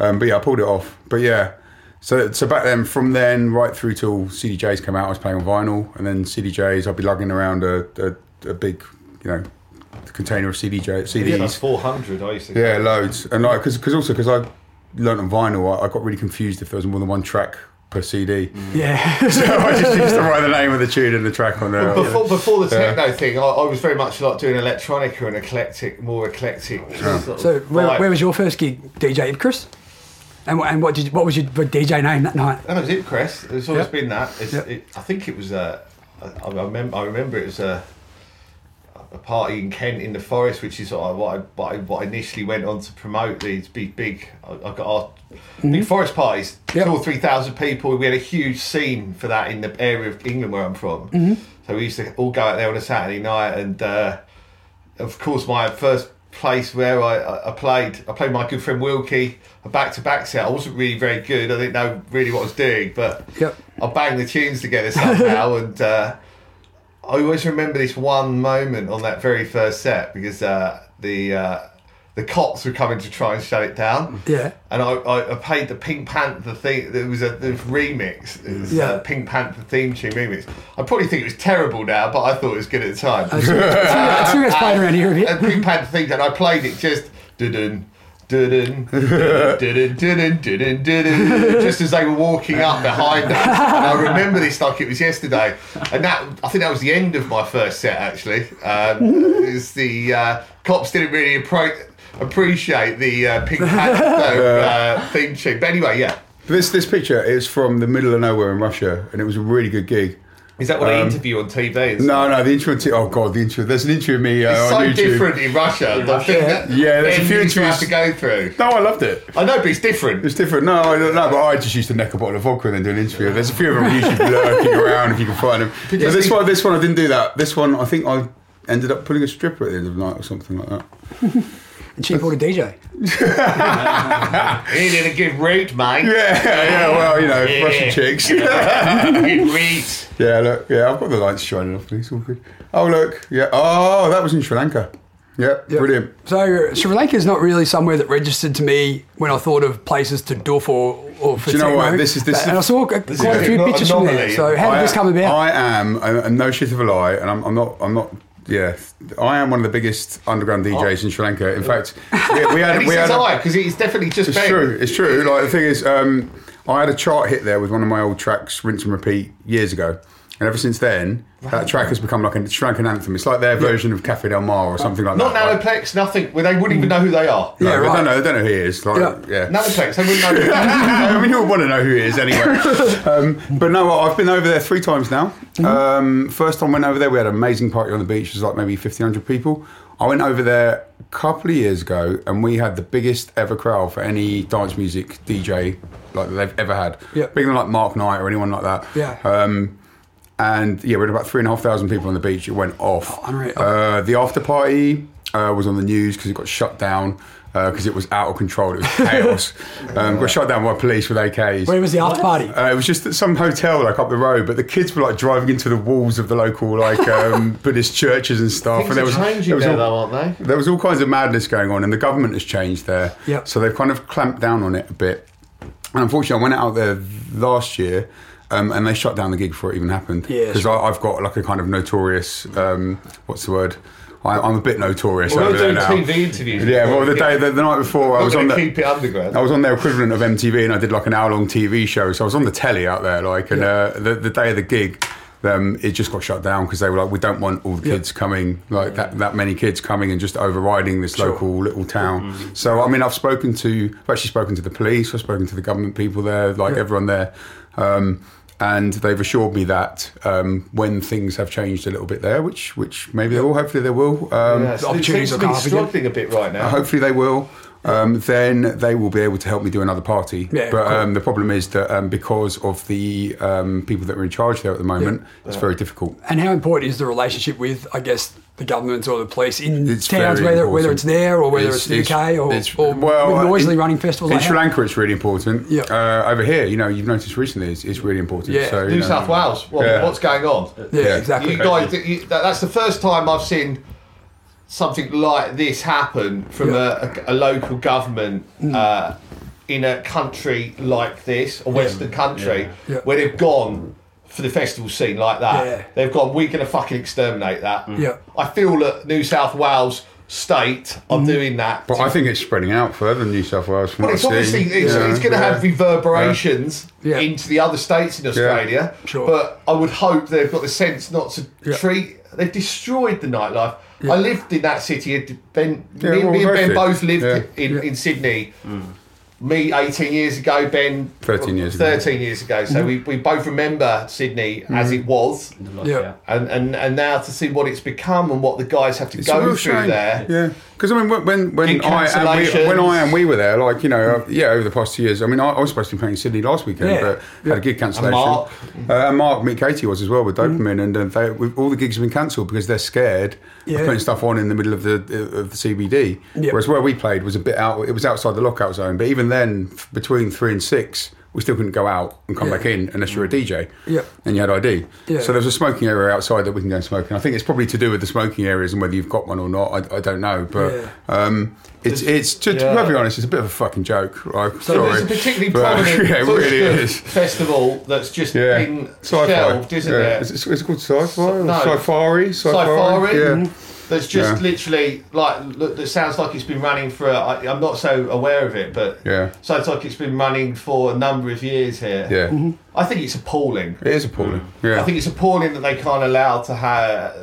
D: Um, but yeah, I pulled it off. But yeah, so so back then, from then right through till CDJs came out, I was playing on vinyl. And then CDJs, I'd be lugging around a, a, a big, you know, container of CDJ,
E: Yeah,
D: CDs.
E: 400. I used to.
D: Yeah, loads. And like, because also because I learnt on vinyl, I, I got really confused if there was more than one track per CD.
E: Mm.
A: Yeah.
D: So I just used to write the name of the tune and the track on there.
E: Before, before the techno thing, I, I was very much like doing electronica and eclectic, more eclectic. Sort of
A: so where,
E: vibe.
A: where was your first gig, DJ Chris? And, wh- and what did you, what was your DJ name that night?
E: That was it, Chris. It's always
A: Yep.
E: been that. It's,
A: Yep.
E: it, I think it was. Uh, I, I remember. I remember it was a, a party in Kent in the forest, which is what I, what I, what I, what I initially went on to promote these big, big. I, I got asked big forest parties.
A: Yep.
E: Two or three thousand people. We had a huge scene for that in the area of England where I'm from. So we used to all go out there on a Saturday night, and uh, of course, my first place where I, I- I played. I played my good friend Wilkie a back to back set. I wasn't really very good. I didn't know really what I was doing, but
A: Yep.
E: I banged the tunes together somehow. and uh, I always remember this one moment on that very first set because uh, the uh, the cops were coming to try and shut it down.
A: Yeah.
E: And I, I, I played the Pink Panther thing. There was a the remix. It was
A: Yeah.
E: yeah. Pink Panther theme tune remix. I probably think it was terrible now, but I thought it was good at the time.
A: I think that's playing around here a
E: And
A: bit.
E: Pink Panther theme, and I played it just dun dun dun dun dun dun just as they were walking up behind us. And I remember this like it was yesterday. And that I think that was the end of my first set actually. Um, it was the uh, cops didn't really appro- appreciate the uh, Pink Panther uh, theme tune. But anyway, yeah.
D: This this picture is from the middle of nowhere in Russia, and it was a really good gig.
E: Is that what an interview on TV is?
D: Um, No, no, the intro. T- oh god, the intro. There's an intro of me uh,
E: It's
D: on
E: so
D: YouTube.
E: different in Russia. the thing that
D: Yeah, there's a
E: then
D: few
E: you have
D: interviews-
E: to go through.
D: No, I loved it.
E: I know, but it's different.
D: It's different. No, I don't know, but I just used to neck a bottle of vodka and then do an interview. There's a few of them on YouTube lurking around if you can find them. But
E: you
D: this
E: see-
D: one, this one, I didn't do that. This one, I think I ended up putting a stripper at the end of the night or something like that.
A: And she bought a DJ.
E: You didn't give root, mate.
D: Yeah, yeah. Well, you know, Russian chicks.
E: Give root.
D: yeah, look, yeah. I've got the lights shining off me. It's all good. Oh look, yeah. Oh, that was in Sri Lanka. Yeah, brilliant.
A: So Sri Lanka is not really somewhere that registered to me when I thought of places to doof or, or for
D: Do you know what?
A: techno.
D: This is- this
A: But-
D: is-
A: and I saw quite
E: this
A: a
E: is
A: few
E: an
A: pictures from there.
E: anomaly.
A: So how did
D: I-
A: this come about?
D: I am, and and no shit of a lie, and I'm, I'm not, I'm not. Yeah, I am one of the biggest underground
E: Oh.
D: DJs in Sri Lanka. In fact, we, we
E: And
D: had,
E: he
D: we
E: says
D: had a-
E: I, because it's definitely just
D: It's
E: Ben.
D: true. It's true. Like the thing is, um, I had a chart hit there with one of my old tracks, rinse and repeat, years ago, and ever since then, that track has become like a Sri Lankan anthem. It's like their version of Cafe Del Mar or something like
E: Not
D: that. like-
E: Nanoplex, nothing. Well, they wouldn't even know who they are.
D: No,
A: Yeah,
D: they
A: right.
D: don't know. They don't know who he is. Like,
A: Yeah.
D: yeah.
E: Nanoplex, they wouldn't know who they are.
D: I mean, you'll want to know who he is anyway. Um, but no, I've been over there three times now.
A: Mm-hmm.
D: Um, first time I went over there, we had an amazing party on the beach. It was like maybe 1,500 people. I went over there a couple of years ago and we had the biggest ever crowd for any dance music DJ like that they've ever had.
A: Yeah.
D: Bigger than like Mark Knight or anyone like that.
A: Yeah.
D: Um, and yeah, we had about three and a half thousand people on the beach. It went off.
A: Oh, unreal.
D: Uh, the after party uh, was on the news because it got shut down because it was out of control. It was chaos. um, got shut down by police with AKs.
A: Where was the after party?
D: Uh, it was just at some hotel like up the road, but the kids were like driving into the walls of the local like um, Buddhist churches and stuff.
E: Things
D: and there
E: are
D: was
E: changing
D: there was
E: there,
D: all-
E: though, aren't they?
D: There was all kinds of madness going on, and the government has changed there.
A: Yep.
D: So they've kind of clamped down on it a bit. And unfortunately, I went out there last year. Um, and they shut down the gig before it even happened.
A: Yeah,
D: Because I've got like a kind of notorious, um, what's the word? I, I'm a bit notorious
E: Well,
D: over
E: they're
D: there
E: doing
D: now.
E: TV interviews.
D: Yeah, well, the day, the, the night before, I
E: I
D: was on the
E: keep it underground.
D: I was on their equivalent of MTV, and I did like an hour-long TV show. So I was on the telly out there, like, and uh, the, the day of the gig, um, it just got shut down because they were like, "We don't want all the
A: Yeah.
D: kids coming, like that, that many kids coming, and just overriding this local little town." So I mean, I've spoken to, I've actually spoken to the police, I've spoken to the government people there, like everyone there. Um, and they've assured me that um, when things have changed a little bit there, which which maybe they will, hopefully they will. Um,
E: Yeah, so it
A: opportunities
E: seems
A: are
E: to be
A: coming up again.
E: struggling a bit right now.
D: hopefully they will. Um, then they will be able to help me do another party.
A: Yeah,
D: but
A: cool.
D: um, the problem is that um, because of the um, people that are in charge there at the moment, it's very difficult.
A: and how important is the relationship with, I guess, the government or the police in
D: It's
A: towns,
D: very
A: whether
D: important.
A: whether it's there or whether it's, the UK or, or with noisily
D: in-
A: running festivals?
D: In
A: like
D: Sri
A: that?
D: Lanka, it's really important.
A: Yeah.
D: Uh, over here, you know, you've noticed recently, it's, it's really important.
A: Yeah.
D: So, you
E: New
D: know-
E: South Wales, what,
D: Yeah.
E: what's going on?
A: Yeah,
D: Yeah.
A: exactly.
E: You guys, that- you, that, that's the first time I've seen something like this happen from a, a, a local government
A: Mm.
E: uh, in a country like this, a Western country,
A: Yeah.
E: where they've gone for the festival scene like that.
A: Yeah.
E: They've gone, we're going to fucking exterminate that.
A: Yeah.
E: I feel that New South Wales state
A: Mm.
E: are doing that.
D: But I think it's spreading out further than New South Wales. From what
E: Well, it's
D: I've seen.
E: obviously it's,
D: Yeah.
E: it's going to
D: Yeah.
E: have reverberations
A: Yeah.
E: into the other states in Australia.
A: Sure.
E: But I would hope they've got the sense not to
A: Yeah.
E: treat. They've destroyed the nightlife. I lived in that city. and Ben,
D: Yeah,
E: me,
D: well,
E: me and
D: both
E: Ben
D: did.
E: both lived
D: Yeah.
E: in, in Sydney me 18 years ago, Ben
D: 13 years ago.
E: 13 years ago.
A: Mm-hmm.
E: So we, we both remember Sydney as it was,
A: Yeah.
E: and, and and now to see what it's become and what the guys have to
D: a
E: go
D: real
E: through
D: shame.
E: there.
D: Yeah, because I mean, when- when when
E: Big
D: I and we,
E: cancellations.
D: when I and we were there, like you know, uh, yeah, over the past two years, I mean, I, I was supposed to be playing Sydney last weekend,
A: Yeah.
D: but had a gig cancellation.
E: Mark.
D: uh, and Mark, Mick Katie was as well with
A: Mm-hmm.
D: Dopamine, and uh, they, we- all the gigs have been cancelled because they're scared
A: Yeah.
D: of putting stuff on in the middle of the uh, of the CBD.
A: Yeah.
D: Whereas where we played was a bit out, it was outside the lockout zone, but even then, f- between three and six. We still couldn't go out and come
A: Yeah.
D: back in unless you were a DJ
A: Yeah.
D: and you had ID.
A: Yeah.
D: So there's a smoking area outside that we can go and smoke. And I think it's probably to do with the smoking areas and whether you've got one or not. I, I don't know, but
A: Yeah.
D: um, it's it's to, to be
E: yeah.
D: perfectly honest, it's a bit of a fucking joke. Like,
E: So
D: sorry,
E: there's a particularly
D: but-
E: prominent
D: yeah, it
E: Bushford
D: really is.
E: festival that's just
D: Yeah,
E: been
D: Sci-fi.
E: shelved, isn't
D: yeah.
E: there?
D: Is it, is it called sci-fi? or
E: No.
D: Sci-fari? Sci-fari?
E: Safari.
D: Yeah.
E: That's just
D: Yeah.
E: literally like look, that sounds like it's been running for. I, I'm not so aware of it, but
D: Yeah.
E: sounds like it's been running for a number of years here.
D: Yeah.
E: I think it's appalling.
D: It is appalling. Yeah.
E: Mm-hmm. I think it's appalling that they can't allow to have.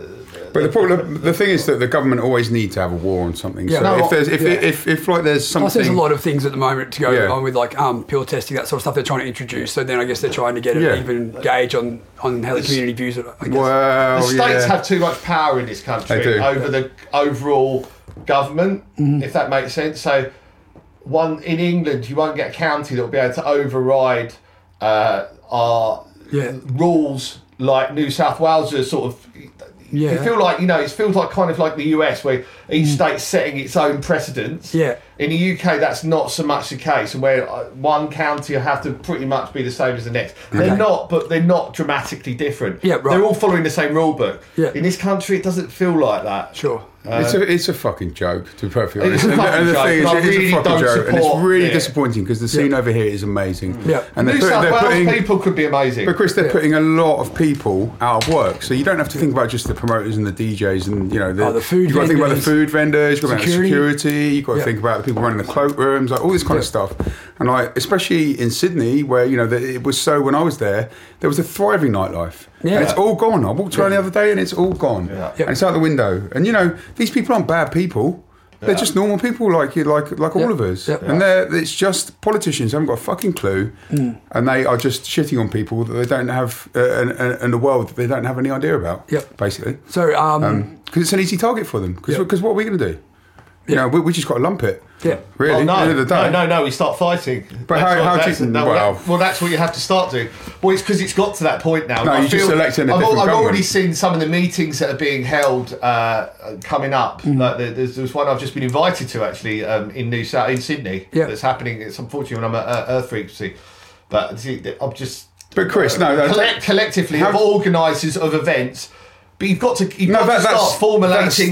D: But the problem, the thing is that the government always need to have a war on something.
A: Yeah.
D: so
A: No,
D: if there's if,
A: yeah.
D: if, if like there's
A: Plus,
D: something,
A: there's a lot of things at the moment to go
D: Yeah.
A: along with like um, pill testing, that sort of stuff they're trying to introduce. So then I guess they're trying to get an
D: Yeah.
A: even gauge on, on how the community views it. I guess.
D: well,
E: The states
D: yeah.
E: have too much power in this country
D: They do.
E: over the overall government, if that makes sense. So, one in England, you won't get a county that will be able to override uh, our
A: Yeah.
E: rules like New South Wales are sort of.
A: Yeah. Mm.
E: You feel like you know it feels like kind of like the US where each state's setting its own precedents.
A: Yeah.
E: In the UK, that's not so much the case, and where uh, one county will have to pretty much be the same as the next. They're not, but they're not dramatically different.
A: Yeah, right.
E: They're all following the same rule book.
A: Yeah.
E: In this country, it doesn't feel like that.
A: sure.
D: it's a it's a fucking joke, to be perfectly
E: Uh, It's
D: honest.
E: a
D: And the-
E: fucking
D: and the thing
E: joke,
D: is,
E: but I
D: it is
E: really
D: a fucking
E: don't
D: joke, and it's
E: support
D: really
E: it.
D: disappointing because the scene over here is amazing.
A: Yeah.
D: and
E: New
D: they're, put-
E: South
D: they're
E: Wales
D: putting
E: people could be amazing.
D: But Chris, they're putting a lot of people out of work, so you don't have to think about just the promoters and the DJs, and you know the,
A: Oh, the food
D: You've got to think about the
A: vendors.
D: food vendors, you've got to think about the
A: Security.
D: security, you've got to
A: Yeah.
D: think about the people running the cloakrooms, like all this kind of
A: Yeah.
D: stuff. And like, especially in Sydney, where you know the, it was so when I was there, there was a thriving nightlife,
A: Yeah.
D: and it's all gone. I walked around the other day, and it's all gone,
E: Yeah.
D: and it's out the window. And you know these people aren't bad people. They're just normal people like you, like like all of us,
A: Yep.
D: and they're it's just politicians haven't got a fucking clue,
E: Mm.
D: and they are just shitting on people that they don't have uh, and, and, and the world that they don't have any idea about.
A: Yep.
D: basically,
A: So, um,
D: because it's an easy target for them. Because
A: Yep.
D: what are we going to do? You know, we, we just got to lump it.
A: Yeah.
D: really. at
E: Oh,
D: the
E: no,
D: end of the
E: no,
D: day.
E: no, no, we start fighting.
D: But how-
E: That's
D: how
E: what,
D: do
E: that's,
D: you-
E: no,
D: well-
E: that- well, that's what you have to start doing. Well, it's because it's got to that point now.
D: No,
E: I
D: you just electing a
E: I've,
D: different
E: I've already
D: government.
E: seen some of the meetings that are being held uh, coming up.
D: Mm-hmm.
E: Like there- there's, there's one I've just been invited to actually um, in New South in Sydney.
A: Yeah.
E: that's happening. It's unfortunate when I'm at uh, Earth Frequency, but see, I'm just.
D: But Chris, no, no,
E: Collect, collectively
D: How-
E: of organisers of events. But you've got to, you've
D: No,
E: got
D: that,
E: to
D: that's
E: start formulating.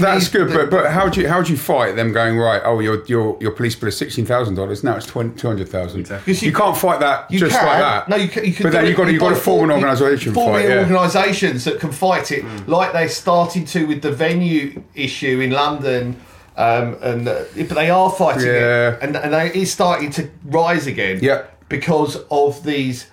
D: That's, that's
E: these-
D: good,
E: the-
D: but but how do you how do you fight them going right? Oh, your your your police bill is sixteen thousand dollars. Now it's two hundred thousand.
E: Because
D: You,
E: you-
D: can't fight that
E: You
D: just
E: can.
D: like that.
E: No, you can. You can
D: but
E: do
D: then
E: it.
D: you got you got to form an
E: you-
D: organisation
E: Form
D: fight.
E: your
D: Yeah. Hmm.
E: organisations that can fight it, like they're starting to with the venue issue in London. Um, and uh, but they are fighting
D: Yeah.
E: it, and and they, it's starting to rise again.
D: Yep.
E: because of these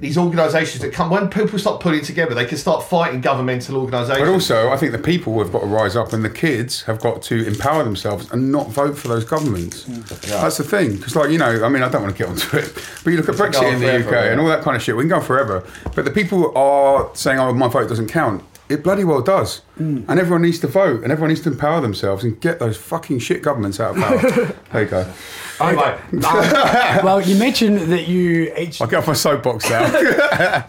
E: these organisations that come when people start putting together, they can start fighting governmental organisations.
D: But also, I think the people have got to rise up, and the kids have got to empower themselves and not vote for those governments. That's the thing, because like you know, I mean, I don't want to get onto it, but you look at
E: go
D: Brexit
E: on
D: in the
E: forever,
D: UK and
E: yeah.
D: all that kind of shit. We can go on forever, but the people are saying, "Oh, my vote doesn't count." It bloody well does,
E: Mm.
D: and everyone needs to vote, and everyone needs to empower themselves and get those fucking shit governments out of power. there you go.
E: anyway,
A: um, well, you mentioned that you each.
D: I'll get off my soapbox now.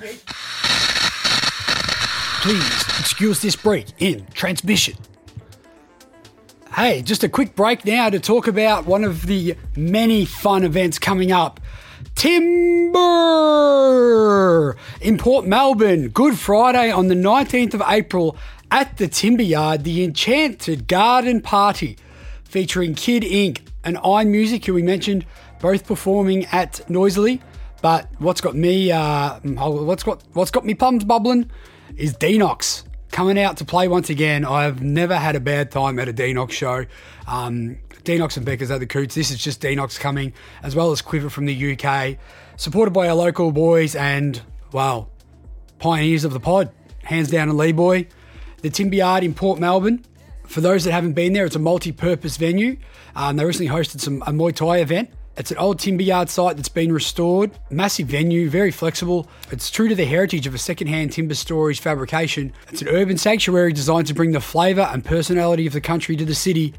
A: Please excuse this break in transmission. Hey, just a quick break now to talk about one of the many fun events coming up. Timber in Port Melbourne, Good Friday on the 19th of April at the Timber Yard, the Enchanted Garden Party featuring Kid Inc. and Iron Music, who we mentioned, both performing at Noisily. But what's got me, uh, what's got what's got me pums bubbling, is Denox coming out to play once again. I've never had a bad time at a Denox show. Um, Denox and Becker's at the Coots. This is just Denox coming, as well as Quiver from the UK, supported by our local boys and, wow, pioneers of the pod, hands down and Lee Boy. The Timber Yard in Port Melbourne. Uh, For those that haven't been there, it's a multi-purpose venue. Um, they recently hosted some a Muay Thai event, It's an old timber yard site that's been restored. Massive venue, very flexible. It's true to the heritage of a second-hand timber storage fabrication. It's an urban sanctuary designed to bring the flavour and personality of the country to the city.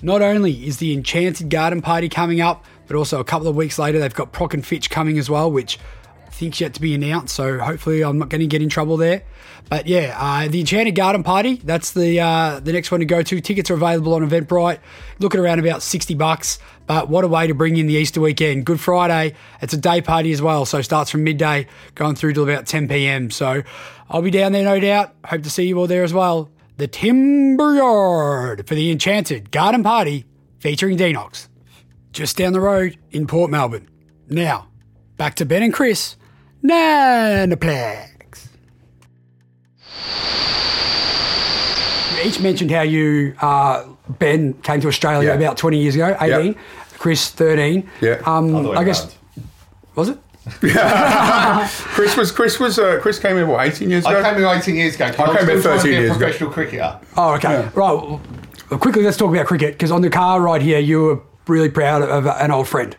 A: Not only is the Enchanted Garden Party coming up, but also a couple of weeks later they've got Prock and Fitch coming as well, which I think's yet to be announced. So hopefully I'm not going to get in trouble there. But yeah, uh, the Enchanted Garden Party. That's the uh, the next one to go to. Tickets are available on Eventbrite. Looking around about sixty bucks. But what a way to bring in the Easter weekend. Good Friday. It's a day party as well, so it starts from midday, going through till about ten pm. So I'll be down there, no doubt. Hope to see you all there as well. The Timber Yard for the Enchanted Garden Party featuring Denox just down the road in Port Melbourne. Now, back to Ben and Chris. Nanoplex. You each mentioned how you, uh, Ben, came to Australia
D: Yeah.
A: about 20 years ago, 18,
D: Yeah.
A: Chris, 13.
D: Yeah.
A: Um,
E: Other way
A: I guess,
E: around.
A: was it?
D: Chris was Chris was uh, Chris came in what eighteen years ago.
E: I came here 18 years ago. I
D: came here 13
E: be a
D: years ago.
E: professional cricketer.
A: Oh, okay. Right. Well, quickly, let's talk about cricket because on the car ride here, you were really proud of uh, an old friend.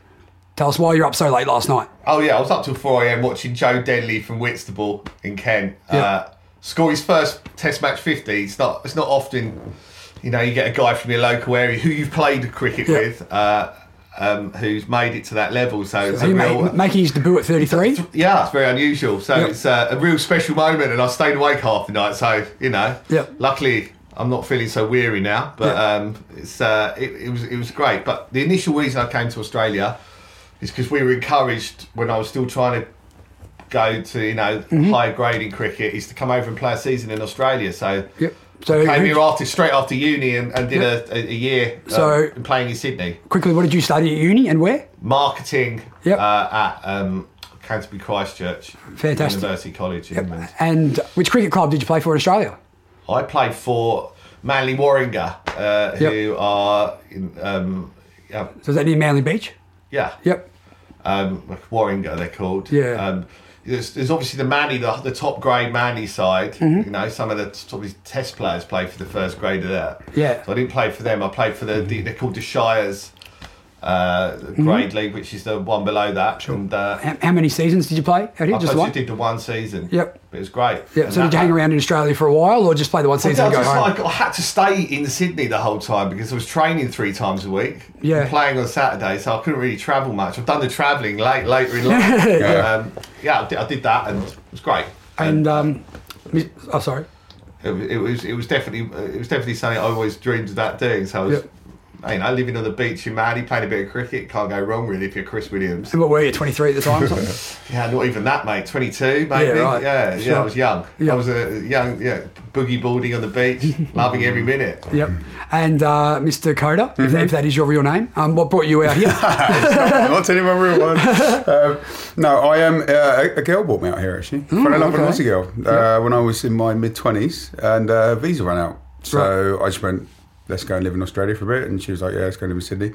A: Tell us why you're up so late last night.
E: Oh yeah, I was up till 4 a.m. watching Joe Denley from Whitstable in Kent uh, score his first Test match 50. It's not it's not often, you know, you get a guy from your local area who you've played cricket
A: Yeah.
E: with, uh, um, who's made it to that level. So, it's
A: So
E: a
A: he
E: real,
A: made, making his debut at 33.
E: yeah, it's very unusual. So
A: Yeah.
E: it's uh, a real special moment, and I stayed awake half the night. So you know,
A: Yeah.
E: luckily I'm not feeling so weary now. But
A: Yeah.
E: um, it's uh, it, it was it was great. But the initial reason I came to Australia is because we were encouraged when I was still trying to go to you know
A: Mm-hmm.
E: higher grade in cricket is to come over and play a season in Australia. So.
A: Yep. So
E: Came
A: who-
E: here after straight after uni and, and did
A: Yep.
E: a, a, a year uh,
A: So-
E: playing in Sydney
A: Quickly, what did you study at uni and where?
E: marketing
A: Yep.
E: uh, at um, Canterbury Christchurch
A: Fantastic.
E: University College in England.
A: And which cricket club did you play for in Australia?
E: I played for Manly Warringah, uh,
A: Yep.
E: who are in, um, yeah,
A: So is that near Manly Beach?
E: yeah,
A: Yep.
E: um, Warringah they're called.
A: Yeah.
E: Um, there's, there's obviously the Manly, the, the top grade Manly side.
A: Mm-hmm.
E: You know, some of the t- probably test players play for the first grade of that.
A: Yeah.
E: So I didn't play for them. I played for the, the they're called the Shires uh,
A: Mm-hmm.
E: grade league, which is the one below that. And uh,
A: How, how many seasons did you play out here?
E: I
A: Just
E: just
A: one?
E: did the one season.
A: Yep.
E: But it was great.
A: Yep.
E: And
A: So did
E: that-
A: you hang around in Australia for a while or just play the one season
E: I,
A: and go
E: just,
A: home?
E: like, I had to stay in Sydney the whole time because I was training three times a week.
A: Yeah.
E: and playing on Saturday, so I couldn't really travel much. I've done the travelling late later in life.
D: Yeah.
E: Um, yeah, I did, I did that, and it was great.
A: and, um, mi- oh, sorry.
E: It, was- it was it was definitely it was definitely something I always dreamed about doing. So I was, you know, living on the beach in Manly, playing a bit of cricket, can't go wrong really if you're Chris Williams.
A: What were you, 23 at the time? or something?
E: Yeah, not even that, mate. Twenty two, maybe. Yeah,
A: right.
E: yeah, I
A: Sure.
E: was young.
A: Yeah.
E: I was a young, yeah, boogie boarding on the beach, loving every minute.
A: yep. And uh, Mr. Coda,
E: Mm-hmm.
A: if, that, if that is your real name, um, what brought you out here?
D: I'm not telling you my real one. Um, no, I am. Uh, a- a girl brought me out here actually. Funny enough, an
A: okay.
D: Aussie girl. Uh, When I was in my mid twenties, and uh, visa ran out, so I just went, "Let's go and live in Australia for a bit." And she was like, "Yeah, let's go and live in Sydney."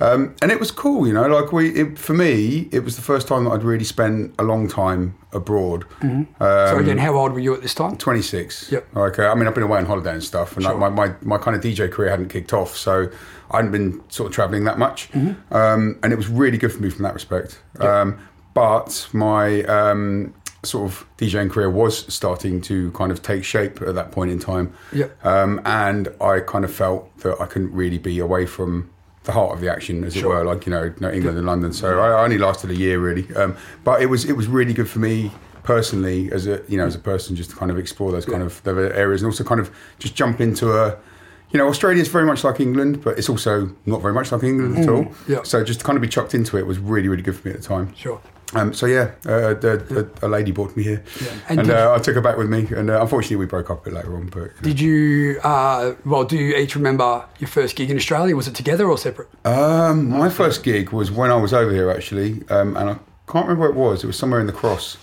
D: Um, and it was cool, you know. Like we, it, for me, it was the first time that I'd really spent a long time abroad. Um,
A: so again, how old were you at this time?
D: 26.
A: Yep.
D: Like, uh, I mean, I've been away on holiday and stuff, and like my, my, my kind of DJ career hadn't kicked off, so I hadn't been sort of traveling that much.
A: Mm-hmm.
D: Um, and it was really good for me from that respect. Um, but my um, sort of DJing career was starting to kind of take shape at that point in time.
A: Yep.
D: Um, and I kind of felt that I couldn't really be away from the heart of the action, as it were, like you know, no England and London. So I I only lasted a year really, um, but it was it was really good for me personally as a you know as a person just to kind of explore those kind of those areas and also kind of just jump into a. You know, Australia is very much like England, but it's also not very much like England at all.
A: Mm. yeah.
D: So just to kind of be chucked into it was really, really good for me at the time.
A: Sure.
D: Um, so yeah, uh, the, the, a lady brought me here,
A: And
D: and,
A: did-
D: uh, I took her back with me. And uh, unfortunately, we broke up a bit later on. But you know.
A: Did you, uh, well, do you each remember your first gig in Australia? Was it together or separate?
D: Um, my first gig was when I was over here actually, um, and I can't remember where it was. It was somewhere in the cross.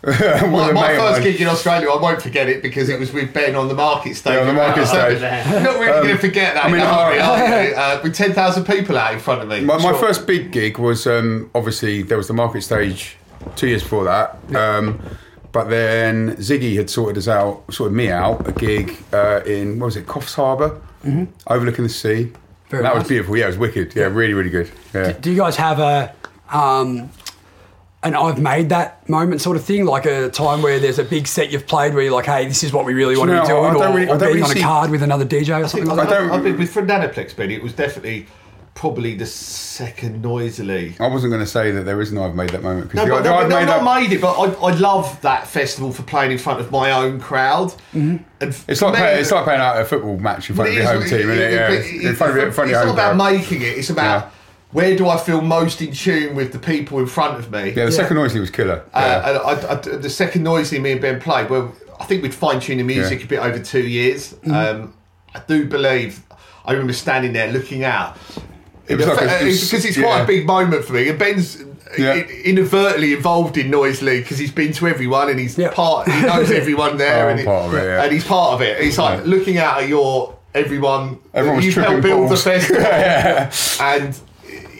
D: With
E: My,
D: a
E: my
D: mate of
E: first
D: mine.
E: gig in Australia, I won't forget it because it was with Ben on the market stage.
D: Yeah, on the market stage. Um,
E: We're not really going to forget that.
D: I mean,
E: are we,
D: I-
E: are we? Uh, with 10,000 people out in front of me.
D: My, my
E: Sure.
D: first big gig was um, obviously there was the market stage two years before that. Um, but then Ziggy had sorted us
E: Mm-hmm.
D: out, sorted me out a gig uh, in what was it, Coffs harbor overlooking the sea.
A: Very
D: that was
A: nice.
D: beautiful. Yeah, it was wicked. Yeah, really, really good. Yeah.
A: Do you guys have a um, an I've made that moment sort of thing, like a time where there's a big set you've played where you're like, hey, this is what we really want
D: you
A: to be
D: know, I- I
A: doing,
D: don't
A: or,
D: really- I
A: or being
D: don't really
A: on a
D: see-
A: card with another DJ or
E: I
A: something
E: think
A: like that?
D: I don't-
E: I've been with Fernandoplex, but it was definitely probably the second noisily.
D: I wasn't going to say that there is no I've made that moment
E: No,
D: because
E: but,
D: the,
E: no,
D: I've
E: but no,
D: made
E: not
D: that.
E: made it, but I, I love that festival for playing in front of my own crowd. And f-
D: Mm-hmm. It's like
E: me-
D: playing, it's like playing out a football match in front of your home team, isn't it? Yeah,
E: but
D: in front of your, in front of your
E: it's not
D: home
E: about
D: crowd.
E: making it. It's about
D: Yeah.
E: where do I feel most in tune with the people in front of me.
D: Yeah, the second noise was killer. Yeah.
E: Uh, and I, I- the second noise me and Ben played, well, I think we'd fine tuned the music
D: Yeah.
E: a bit over two years. Um, I do believe I remember standing there looking out.
D: It was
E: In
D: like a-
E: effect-
D: it was-
E: because it's
D: yeah.
E: quite a big moment for me. And Ben's
D: Yeah.
E: in- inadvertently involved in Noise League because he's been to everyone and he's
A: Yeah.
E: part. He knows everyone
D: Oh,
E: there,
D: I'm
E: and, he-
D: part of it, yeah.
E: and he's part of it. It's like
D: Yeah.
E: looking out at your everyone.
D: Everyone's
E: you
D: tripping
E: helped build the
D: balls.
E: festival, and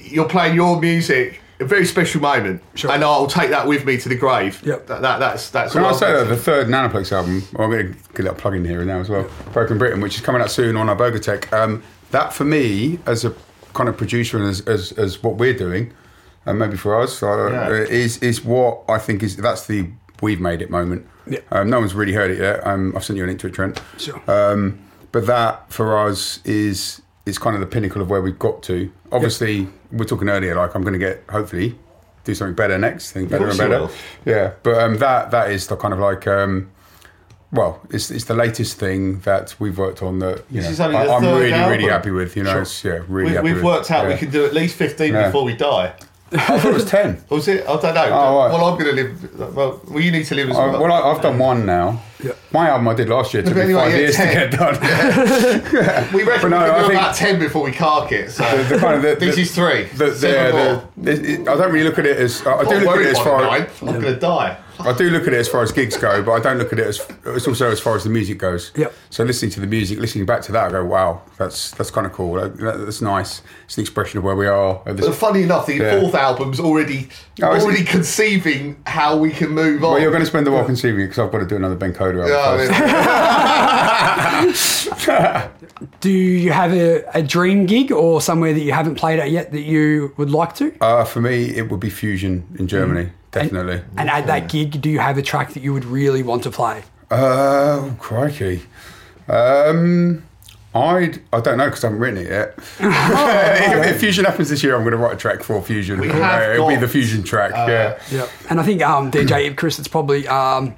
E: you're playing your music. A very special moment,
A: Sure.
E: and I'll take that with me to the grave.
A: Yep.
E: That, that, that's that's.
D: Can
E: all
D: I
E: I'll-
D: say that the third Nanoplex album, well, I'm going to get that plug in here now as well, Broken Britain, which is coming out soon on Iboga Tech. Um, that for me, as a kind of producer and as, as, as what we're doing, and maybe for us, uh,
E: Yeah.
D: is is what I think is that's the we've made it moment.
A: Yeah.
D: Um, no one's really heard it yet. Um, I've sent you a link to it, Trent.
A: Sure.
D: Um, but that for us is is kind of the pinnacle of where we've got to. Obviously, we're talking earlier. Like I'm going to get hopefully do something better next, think better and
E: course you
D: better.
E: will.
D: Yeah, but um, that that is the kind of like um, well, it's it's the latest thing that we've worked on that you
E: This
D: know,
E: is only the
D: I, am
E: third
D: really really
E: album.
D: happy with. You know, it's, yeah, really.
E: We've,
D: happy
E: we've
D: with.
E: worked out
D: Yeah.
E: we can do at least fifteen
D: Yeah.
E: before we die.
D: I thought it was ten.
E: Or was it? I don't know.
D: Oh, right.
E: Well, I'm going to live. Well, well, you need to live as
D: I,
E: well.
D: well, I, I've done one now.
A: Yeah.
D: My album I did last year took me
E: Anyway,
D: five
E: yeah,
D: years to
E: 10.
D: get done.
E: we reckon
D: but no, I
E: we can do
D: think-
E: about ten before we cark it. So
D: the, the kind of the,
E: this
D: the-
E: is three.
D: The, the,
E: Seven
D: the-
E: more.
D: the- it- I don't really look at it as I, I do
E: Not
D: look at
E: worried
D: it as
E: by
D: far.
E: nine. I'm going to die.
D: I do look at it as far as gigs go, but I don't look at it as it's also as far as the music goes.
A: Yep.
D: So listening to the music, listening back to that, I go, wow, that's that's kind of cool. That, that- that's nice. It's an expression of where we are. At
E: But
D: this,
E: funny enough, the
D: Yeah.
E: fourth album's already
D: Oh, is
E: already
D: it?
E: conceiving how we can move on.
D: well, you're going to spend the while conceiving because I've got to do another Ben Coder album.
E: Yeah,
D: first.
E: yeah.
A: Do you have a, a dream gig or somewhere that you haven't played at yet that you would like to?
D: Uh, for me, it would be Fusion in Germany, definitely.
A: and at that gig, do you have a track that you would really want to play?
D: Uh, oh, crikey. Um, I'd, I don't know because I haven't written it yet. if, if Fusion happens this year, I'm going to write a track for Fusion.
E: We have
D: it'll be
E: got, uh,
D: the Fusion track. yeah.
A: Yeah, and I think um, DJ Chris, it's probably um,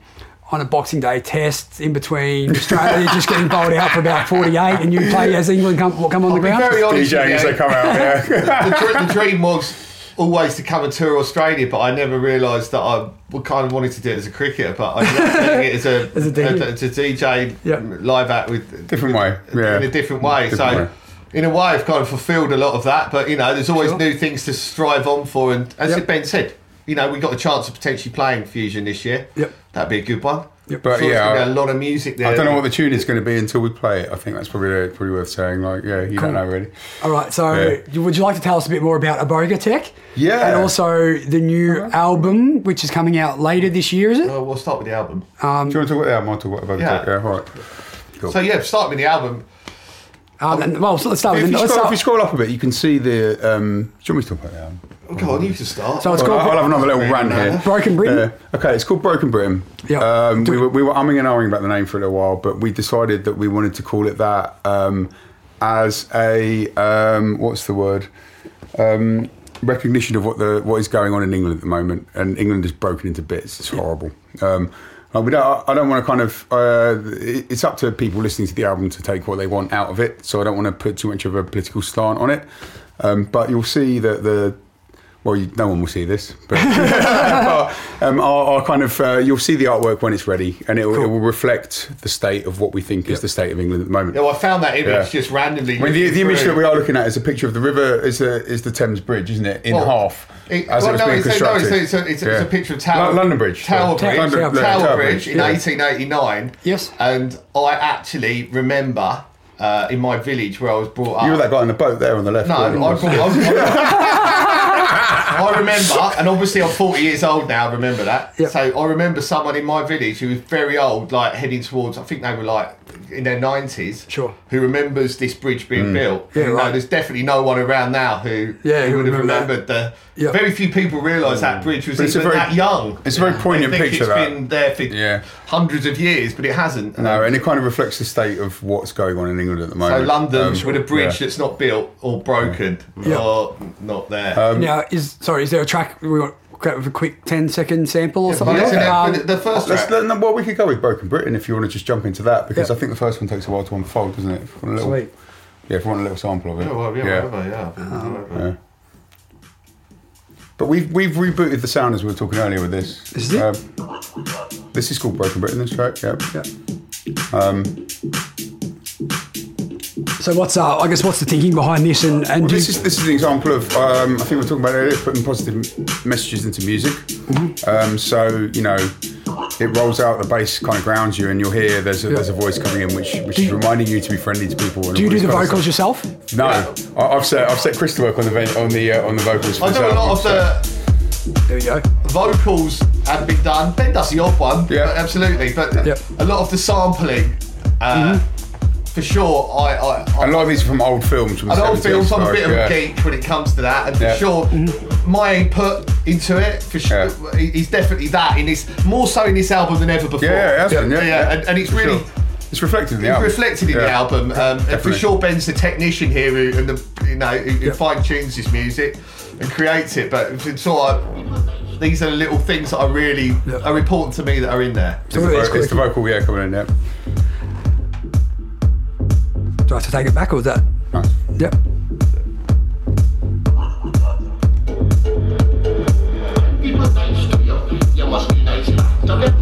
A: on a Boxing Day test in between Australia just getting bowled out for about 48, and you play as England come come on the
E: I'll be
A: ground.
E: very honest
D: DJing as
E: with
D: they come
E: you.
D: out. Yeah.
E: the, dr- the dream was always to come and tour Australia, but I never realised that I w- kind of wanted to do it as a cricketer, but I ended up doing it as a,
A: As a DJ.
E: as a DJ
A: Yeah.
E: live act with
D: Different way, yeah.
E: in a different way.
D: Different
E: so.
D: way.
E: In a way, I've kind of fulfilled a lot of that, but you know, there's always
A: Sure.
E: new things to strive on for. And as
A: Yep.
E: Ben said, you know, we got a chance of potentially playing Fusion this year.
A: Yep.
E: that'd be a good one.
A: Yep.
D: But
E: So there's
D: yeah,
E: gonna be
D: I-
E: a lot of music there.
D: I don't know what the tune is going to be until we play it. I think that's probably probably worth saying. Like, yeah, you
A: Cool.
D: don't know really.
A: All right, so
D: Yeah.
A: you- would you like to tell us a bit more about Aboga Tech?
D: Yeah.
A: and also the new album which is coming out later this year, is it?
E: Oh, Well, we'll start with the album.
A: Ah.
D: Do you want to talk about that? I might talk about
E: Um, Yeah.
D: yeah. yeah, all right.
E: So yeah, start with the album. Oh,
D: Uh,
A: Um, and, well, so let's start
D: If
A: with
D: you,
A: the, let's
D: scroll, if
A: start,
D: you scroll up a bit, you can see the. Um, do you want me to talk about that?
E: Oh, go on, you can start.
A: So it's
D: Well,
A: called
D: I'll have another little rant here.
A: Broken Britain?
D: Yeah. okay, it's called Broken Britain.
A: Yeah.
D: Um,
A: Do
D: we,
A: it.
D: were, we were umming and ahhing about the name for a little while, but we decided that we wanted to call it that um, as a um, what's the word? Um, recognition of what the what is going on in England at the moment, and England is broken into bits. It's horrible. Um, and we don't, I don't want to kind of. Uh, it- it's up to people listening to the album to take what they want out of it. So I don't want to put too much of a political slant on it. Um, but you'll see that the well, you, no one will see this, but, but, um, our, our kind of uh, you'll see the artwork when it's ready, and it, will it will reflect the state of what we think is the state of England at the moment.
E: Yeah, well, I found that image
D: Yeah.
E: just randomly.
D: I mean, the, the image
E: through.
D: that we are looking at is a picture of the river is a, is the Thames Bridge, isn't it? In
E: Well,
D: half,
E: it-
D: as
E: well,
D: it was
E: no,
D: being
E: it's a- no, it's a-
D: constructed.
E: it's a- it's a- it's a picture of
D: Lo-
E: Tower-
D: London Bridge. sorry.
E: Tower Bridge,
D: London-
A: Tower-
D: no,
E: Tower, Bridge in
D: yeah.
E: 1889.
A: Yes.
E: and I actually remember uh, in my village where I was brought up.
D: You were that guy on the boat there on the left.
E: No, I
D: weren't you?
E: brought. I was, I, I remember, and obviously I'm 40 years old now, I remember that.
A: Yep.
E: So I remember someone in my village who was very old, like heading towards, I think they were like in their 90s.
A: Sure.
E: Who remembers this bridge being
D: Mm.
E: built.
A: Yeah,
E: You know,
A: right.
E: There's definitely no one around now who,
A: Yeah,
E: who
A: who
E: would have
A: remember that.
E: remembered the.
A: Yep.
E: Very few people realise that bridge was
D: But it's a
E: even
D: very-
E: that young.
D: Mm. it's a very
E: They
D: poignant
E: think
D: picture,
E: It's
D: that.
E: been there for
D: Yeah.
E: hundreds of years, but it hasn't.
D: No, and it kind of reflects the state of what's going on in England at the
E: So
D: moment.
E: London
D: Um,
E: with a bridge
D: yeah.
E: that's not built or broken
A: Yeah.
E: or not there.
D: Um,
A: now, is sorry, is there a track we want grab a quick 10 second sample or something?
E: But
A: like
E: listen,
A: that? Um,
E: the- the first
D: Let's,
E: track-
D: let- no, well, we could go with Broken Britain if you want to just jump into that because
A: Yeah.
D: I think the first one takes a while to unfold, doesn't it? If you want a little,
A: Sweet.
D: Yeah, if you want a little sample of it.
E: Yeah, Oh, well, yeah,
D: yeah.
E: whatever, yeah. Whatever.
D: Yeah. But we've we've rebooted the sound as we were talking earlier with this.
A: Is it?
D: Um, this is called Broken Britain. This track, yeah.
A: Yeah. so what's uh, I guess what's the thinking behind this and and do-
D: This is this is an example of um, I think we were talking about earlier putting positive messages into music.
A: Mm-hmm.
D: Um, so you know, it rolls out the bass kind of grounds you, and you'll hear there's a, there's a voice coming in which which is
A: you-
D: reminding you to be friendly to people. and
A: do you
D: all
A: do
D: this
A: the
D: kind of
A: vocals
D: stuff.
A: yourself?
D: No, I, I've set I've set Chris to work on the ven- on the uh, on the vocals. For
E: I
D: this
E: do a
D: album,
E: lot of
D: so-
E: the
A: There we go.
E: vocals have been done. Ben does the odd one,
D: Yeah.
E: but absolutely. But
A: Yep.
E: a lot of the sampling, uh, for sure. I, I, I
D: A lot of these are from old films. From
E: an
D: the
E: old
D: 70s,
E: film, so I'm a
D: so,
E: bit
D: yeah.
E: of a geek when it comes to that, and for
D: Yeah.
E: sure, my input into it for sure
D: Yeah.
E: is definitely that in this more so in this album than ever before.
D: Yeah, yeah, it has been, yeah, yeah.
E: And, and it's
D: For
E: really.
D: sure. It's reflected in the
E: It's
D: album.
E: reflected in the
D: Yeah.
E: album. Um, and for
D: Definitely.
E: sure, Ben's the technician here, who, and the you know who, who
A: Yep.
E: fine tunes his music and creates it. But it's sort of these are the little things that are really
A: Yep.
E: are important to me that are in there.
A: So it's
D: It's the
A: quick.
D: vocal, yeah, coming in, yeah.
A: Do I have to take it back or is that?
D: Nice.
A: Yep.
C: People nice to you, you must be nice back to them.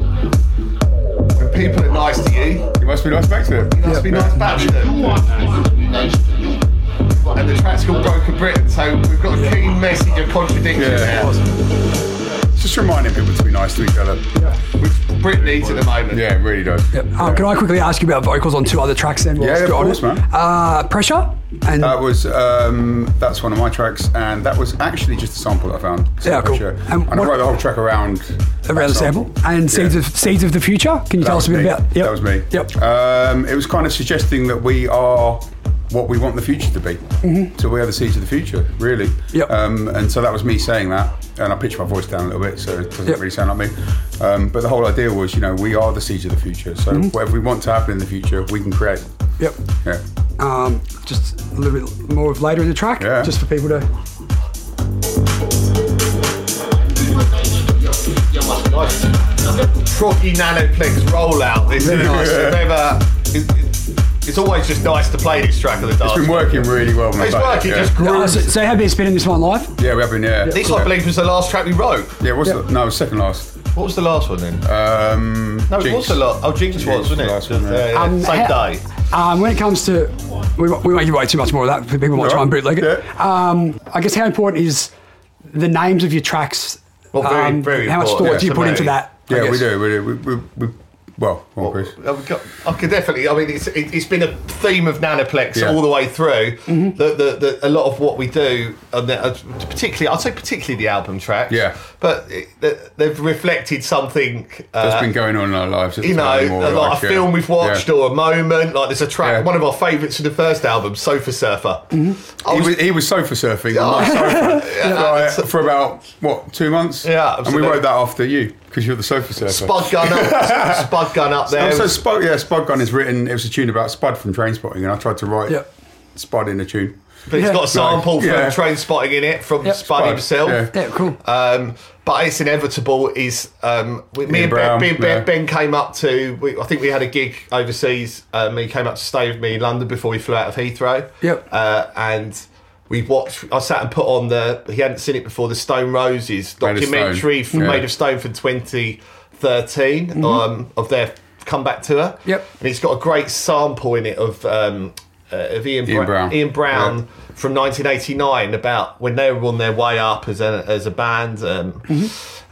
E: When people are nice to you, you
D: You must be nice back to it.
E: must be nice back to them.
C: You want people to be nice to you.
E: And the track's called Broken Britain, so we've got a keen message of contradiction
D: Yeah.
E: there,
D: It's just reminding people to be nice to each other.
E: which Britain needs at the moment.
D: Yeah, it really does.
A: Yep. Um, Can I quickly ask you about vocals on two other tracks then? whilst
D: Yeah, of
A: you're on
D: course,
A: it?
D: man. Uh,
A: Uh, pressure and
D: That was um, that's one of my tracks, and that was actually just a sample that I found.
A: Yeah, cool.
D: Sure.
A: And
D: And, I
A: what-
D: wrote the whole track around
A: around the sample and seeds
D: Yeah.
A: of seeds of the future. Can you
D: That
A: tell us
D: was
A: a bit
D: me.
A: about? Yep.
D: That was me.
A: Yep.
D: Um, it was kind of suggesting that we are what we want the future to be. So we are the seeds of the future, really.
A: Mm-hmm. Yep.
D: Um, and so that was me saying that, and I pitched my voice down a little bit, so it doesn't
A: Yep.
D: really sound like me. Um, but the whole idea was, you know, we are the seeds of the future. So
A: Mm-hmm.
D: whatever we want to happen in the future, we can create.
A: yep.
D: Yeah.
A: Um, just a little bit more of later in the track,
D: Yeah.
A: just for people to.
C: People nice to you, you must be nice back to them.
E: Froggy Nanoplex rollout. This is
D: Yeah.
E: nice. I've never- it's- it's- it's always just nice to play this track of the dance.
D: It's been working really well. man.
E: It's
D: Like,
E: working,
D: yeah.
E: just
A: No,
E: grooves.
A: so, so have been spinning this one live?
D: Yeah, we have been, yeah.
E: This,
D: yeah.
E: I believe, was the last track we wrote.
D: Yeah, what's the, no, it was second last.
E: What was the last one then?
D: Um,
E: no, it
D: Jinx.
E: was the last. Oh, Jinx was, wasn't it?
D: Last one,
E: Uh,
D: yeah.
E: yeah,
A: Um,
E: Same
A: ha-
E: day.
A: Um, when it comes to, we, won't- we won't give away too much more of that. People might try and bootleg it. Um, I guess how important is the names of your tracks? um,
E: Well, very- very
A: how much
E: important.
A: thought do you
E: Yeah,
A: put into
E: absolutely.
A: that? I
D: Yeah, we
A: guess?
D: do, we do. We, we, we, well, come on, Chris.
E: I've got- I could definitely. I mean, it's it, it's been a theme of Nanoplex
D: Yeah.
E: all the way through. That that- that a lot of what we do, and that- uh, particularly, I'd say particularly the album tracks.
D: Yeah.
E: but it, that- they've reflected something.
D: That's
E: uh,
D: been going on in our lives.
E: you know, like, a film we've watched or a moment. Like there's a track,
D: Yeah.
E: one of our favourites from the first album, Sofa Surfer. I
D: Mm-hmm. He
E: was-
D: was, he was sofa surfing on my sofa like, for about, what, two months?
E: Yeah,
D: And we
E: absolutely.
D: wrote that after you, because you're the sofa surfer.
E: Spud Gun up, Spud Gun up there.
D: And so Spud, yeah, Spud Gun is written, it was a tune about Spud from Trainspotting, and I tried to write
A: Yep.
D: Spud in a tune.
E: but it's got a sample from
D: Yeah.
E: Train Spotting in it from
A: Yep.
E: Spud,
D: Spud,
E: himself.
D: yeah.
A: Yeah, cool.
E: Um, but it's inevitable. Is um, we, me
D: Ian
E: and
D: Brown,
E: ben, me and ben,
D: yeah.
E: ben came up to. We, I think we had a gig overseas. Um, he came up to stay with me in London before he flew out of Heathrow.
A: Yep.
E: Uh, and we watched. I sat and put on the. He hadn't seen it before. The Stone Roses
D: Made of
E: documentary
D: Stone,
E: from
D: yeah. Mm-hmm.
E: Made of Stone from 2013 um, of their comeback tour.
A: Yep.
E: And it's got a great sample in it of um, uh, of Ian,
D: Ian
E: Bra-
D: Brown.
E: Ian Brown
D: Yeah.
E: from 1989 about when they were on their way up as a as a band.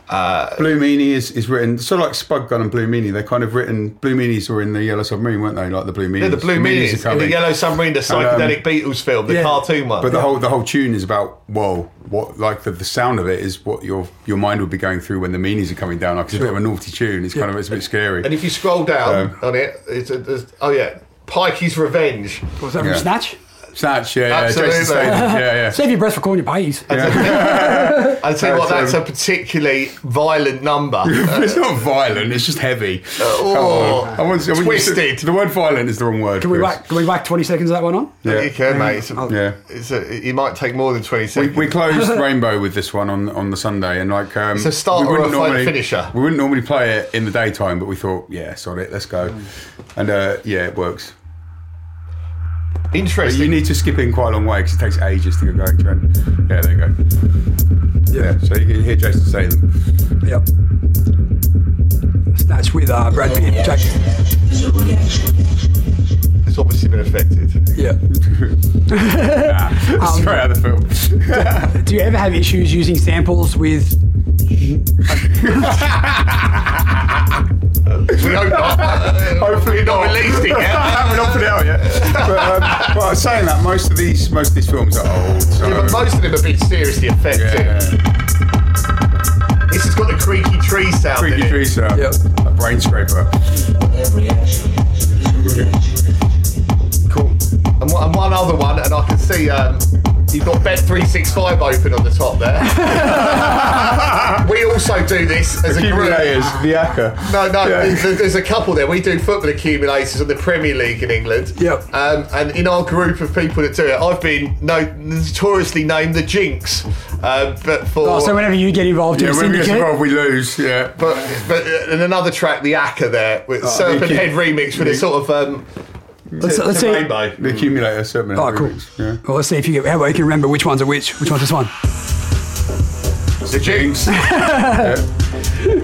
E: Um,
D: Blue Meanie is, is written sort of like Spud Gun and Blue Meanie. They're kind of written. Blue Meanies were in the Yellow Submarine, weren't they? Like the Blue Meanies.
E: yeah, the Blue
D: Meanies are
E: Meanies in the
D: coming.
E: Yellow Submarine, the
D: um,
E: psychedelic Beatles film, the
A: yeah.
E: cartoon one.
D: But the whole the whole tune is about whoa, what like the, the sound of it is what your your mind would be going through when the meanies are coming down. Like it's a bit of a naughty tune. It's kind of it's a bit scary.
E: And if you scroll down on it, it's a, there's, oh yeah, Pikey's Revenge.
A: Was that from
D: Yeah.
A: Snatch?
D: Snatch, yeah, yeah, Jason
E: Absolutely.
D: Statham, yeah, yeah.
A: Save your breath for calling your pays.
E: I tell you what,
D: That's,
E: that's a
D: um,
E: particularly violent number.
D: It's not violent. It's just heavy.
E: oh,
D: I want, I want
E: twisted.
D: the word violent is the wrong word.
A: Can we
D: Chris.
A: whack? Can we whack twenty seconds of that one on?
D: Yeah.
E: You can, mate. It's a,
D: Yeah.
E: it's a, it might take more than 20
D: We,
E: seconds.
D: we closed Rainbow with this one on on the Sunday, and like um,
E: It's a starter
D: we wouldn't
E: or a fin- finisher.
D: We wouldn't normally play it in the daytime, but we thought, yeah, sod it, let's go, and uh, yeah, it works. But
E: Interesting.
D: you need to skip in quite a long way because it takes ages to get going, Trent. Yeah, there you go. Yeah, so you can hear Jason say them.
A: Yep. Snatch with uh, Brad
D: Oh,
A: Pitt. Jack.
E: it's obviously been affected.
A: Yeah.
E: Um,
D: straight out of the film.
A: Do you ever have issues using samples with?
E: we hope not. Hopefully not released it
D: I
E: yet.
D: haven't offered it out yet. But, um, but I was saying that most of these most of these films are old. So,
E: Yeah, but most of them have been seriously affected.
D: yeah,
E: This has got the creaky tree sound in
D: Freaky
E: it.
D: Teresa,
A: Yep.
D: a brain scraper.
E: Cool. And one, and one other one, and I can see um, you've got Bet three six five open on the top there. we also do this as a group.
D: Accumulators, the Acker.
E: No, no,
D: Yeah.
E: there's, there's a couple there. We do football accumulators in the Premier League in England.
A: Yep.
E: Um, and in our group of people that do it, I've been no, notoriously named the Jinx. Uh, but for
A: Oh, so whenever you get involved in
D: Yeah,
A: a
D: when we get
A: syndicate,
D: involved, we lose. Yeah.
E: but but in another track, the Acker there with Serpent
D: Nicky.
E: Head remix with a sort of um,
A: let's, let's see.
E: rainbow.
D: The accumulator, certainly.
A: Oh, cool.
D: Yeah.
A: Well, let's see if you get, how well you can remember which ones are which. Which one's this one?
D: The jinx.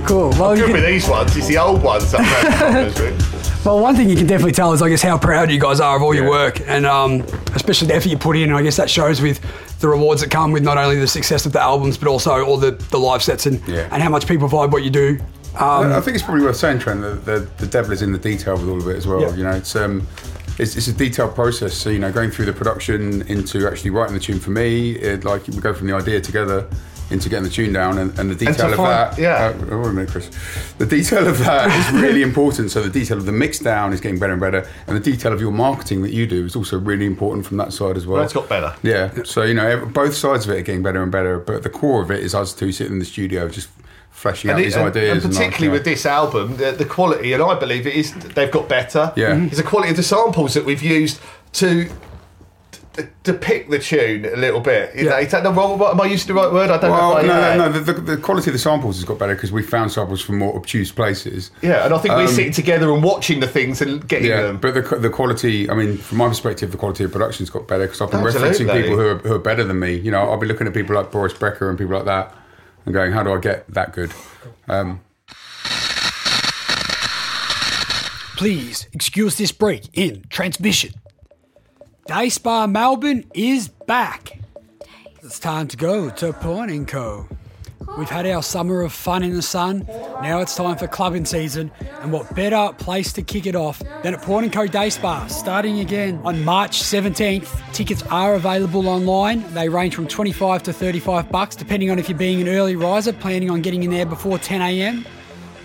A: Cool. Well, you
E: Good with
A: can,
E: these ones. It's the old ones. that I've had problems with.
A: well, one thing you can definitely tell is, I guess, how proud you guys are of all your
D: Yeah.
A: work, and um, especially the effort you put in. And I guess that shows with the rewards that come with not only the success of the albums, but also all the, the live sets and
D: Yeah.
A: and how much people vibe what you do. Um,
D: I think it's probably worth saying, Trent, that the, the devil is in the detail with all of it as well.
A: Yeah.
D: You know, it's um, it's, it's a detailed process. So you know, going through the production into actually writing the tune for me, it, like we go from the idea together into getting the tune down, and, and the detail of
E: find-
D: that.
E: yeah.
D: Uh, wait a minute, Chris. The detail of that is really important. So the detail of the mix down is getting better and better, and the detail of your marketing that you do is also really important from that side as well.
E: That's got better.
D: Yeah. So you know, ev- both sides of it are getting better and better, but the core of it is us two sitting in the studio just fleshing out
E: And,
D: these
E: it- and-
D: ideas.
E: and
D: like,
E: particularly
D: yeah.
E: with this album, the, the quality, and I believe it is they've got better. Mm-hmm.
D: Yeah. Mhm.
E: it's the quality of the samples that we've used to. d- Depict the tune a little bit. You
A: Yeah.
E: know, is that the wrong? Am I using the right word? I don't know.
D: Well,
E: if I
D: no,
E: am.
D: no, no. The, the, the quality of the samples has got better because we found samples from more obtuse places.
E: Yeah, and I um, think we're
D: Um,
E: sitting together and watching the things and getting
D: Yeah,
E: them.
D: but the, qu- the quality, I mean, from my perspective, the quality of production's got better because I've been
E: Absolutely.
D: referencing people who are, who are better than me. You know, I'll be looking at people like Boris Brecker and people like that and going, how do I get that good? Um,
A: Please excuse this break in transmission. Day Spa Melbourne is back. It's time to go to Point & Co. We've had our summer of fun in the sun. Now it's time for clubbing season, and what better place to kick it off than at Point & Co Day Spa, starting again on March 17th. Tickets are available online. They range from 25 to 35 bucks, depending on if you're being an early riser, planning on getting in there before 10 a.m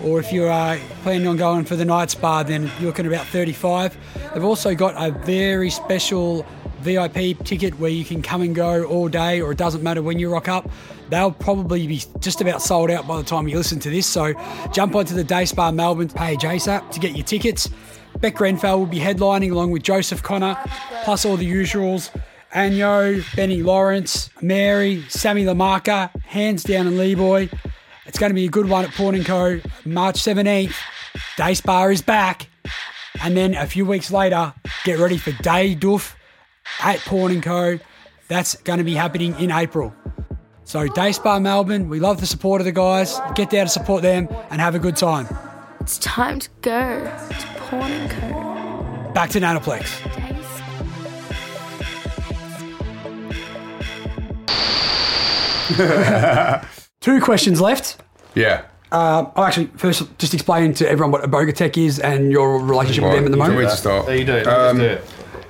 A: or if you are planning on going for the night spa, then you're looking at about 35. They've also got a very special VIP ticket where you can come and go all day, or it doesn't matter when you rock up. They'll probably be just about sold out by the time you listen to this. So jump onto the Day Spa Melbourne page ASAP to get your tickets. Beck Grenfell will be headlining along with Joseph Connor, plus all the usuals. Anyo, Benny Lawrence, Mary, Sammy Lamarca, Hands Down and Lee Boy. It's going to be a good one at Porn & Co. March 17th. Day Spa is back. And then a few weeks later, get ready for Day Doof at Porn & Co. That's going to be happening in April. So Day Spa Melbourne, we love the support of the guys. Get there to support them and have a good time.
F: It's time to go to Porn and Co.
A: Back to Nanoplex.
F: Days.
A: Two questions left.
D: yeah.
A: Um, oh, actually, first, just explain to everyone what a Boga Tech is and your relationship with them at the
D: Right, do you want me
A: moment.
D: to start?
E: there you do it.
D: Um,
E: Let's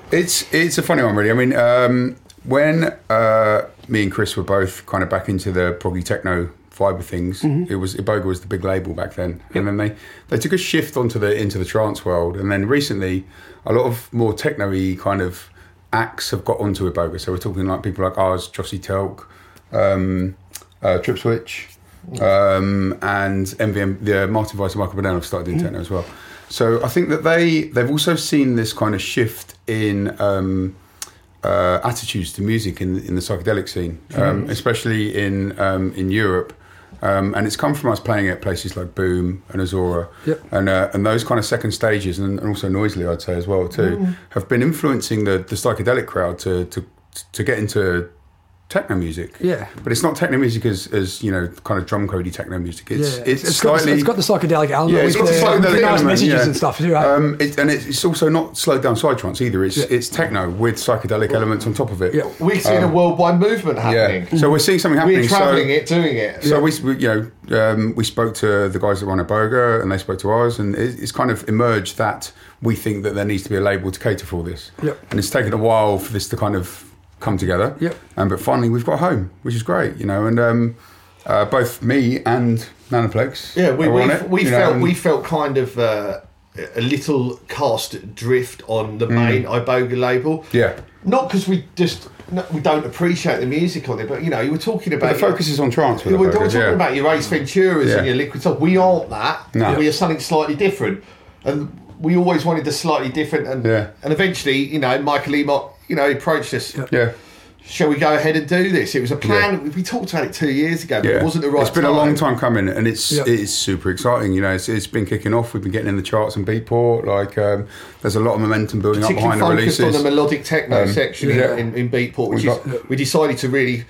E: do it.
D: It's it's a funny one, really. I mean, um, when uh, me and Chris were both kind of back into the proggy techno vibe of things. It was Iboga was the big label back then, and then they they took a shift onto the into the trance world, and then recently a lot of more techno-y kind of acts have got onto Iboga. So we're talking like people like ours, Jossie Telk, um, uh, Trip Switch, um, and MVM, the Martin Weiss and Michael Bernal have started doing techno as well. So I think that they they've also seen this kind of shift in. Um, uh, attitudes to music in in the psychedelic scene, um, especially in um, in Europe. Um, and it's come from us playing at places like Boom and Azora,
A: Yep.
D: and uh, and those kind of second stages, and, and also Noisily, I'd say as well too, have been influencing the, the psychedelic crowd to, to to get into techno music.
A: Yeah.
D: but it's not techno music as, as you know, kind of drum codey techno music. It's
A: Yeah.
D: it's,
A: got
D: slightly
A: the, it's got the psychedelic element.
D: yeah, it's
A: with
D: got the
A: the-
D: psychedelic
A: the nice
D: element,
A: messages
D: yeah.
A: and stuff too, eh? right?
D: Um, it, and it's, it's also not slowed down psytrance either. It's
A: Yeah.
D: it's techno with psychedelic elements on top of it.
A: Yeah.
E: We've seen a worldwide movement
D: Yeah.
E: happening.
D: So we're seeing something happening.
E: We're travelling
D: so,
E: it, doing it.
D: So we, we, you know, um, we spoke to the guys that run a burger, and they spoke to ours, and it, it's kind of emerged that we think that there needs to be a label to cater for this.
A: Yep.
D: And it's taken a while for this to kind of come together.
A: Yep.
D: And but finally we've got home, which is great, you know. And um, uh, both me and Nanoplex.
E: Yeah, we
D: are
E: we,
D: on it,
E: we
D: you know,
E: felt
D: and-
E: we felt kind of uh, a little cast drift on the main Iboga label.
D: Hmm. Yeah.
E: not because we just no, we don't appreciate the music on it, but you know, you were talking about
D: The focus is on trance. with
E: We were
D: Iboga,
E: talking
D: yeah.
E: about your Ace Venturas
D: Yeah.
E: and your Liquid Soul. We aren't that.
D: No.
E: We are something slightly different, and we always wanted the slightly different. And
D: Yeah.
E: and eventually, you know, Michael Lemot, you know, approached us.
D: Yeah.
E: Shall we go ahead and do this? It was a plan. We talked about it two years ago, but it wasn't the right.
D: It's been a long time coming, and it's
A: Yeah.
D: it is super exciting. You know, it's, it's been kicking off. We've been getting in the charts in Beatport. Like, um, there's a lot of momentum building up
E: particularly
D: behind the
E: focused
D: releases. Um,
E: on the melodic techno section
A: yeah.
E: in, in Beatport, which
D: We've
E: is
D: got-
E: we decided to really.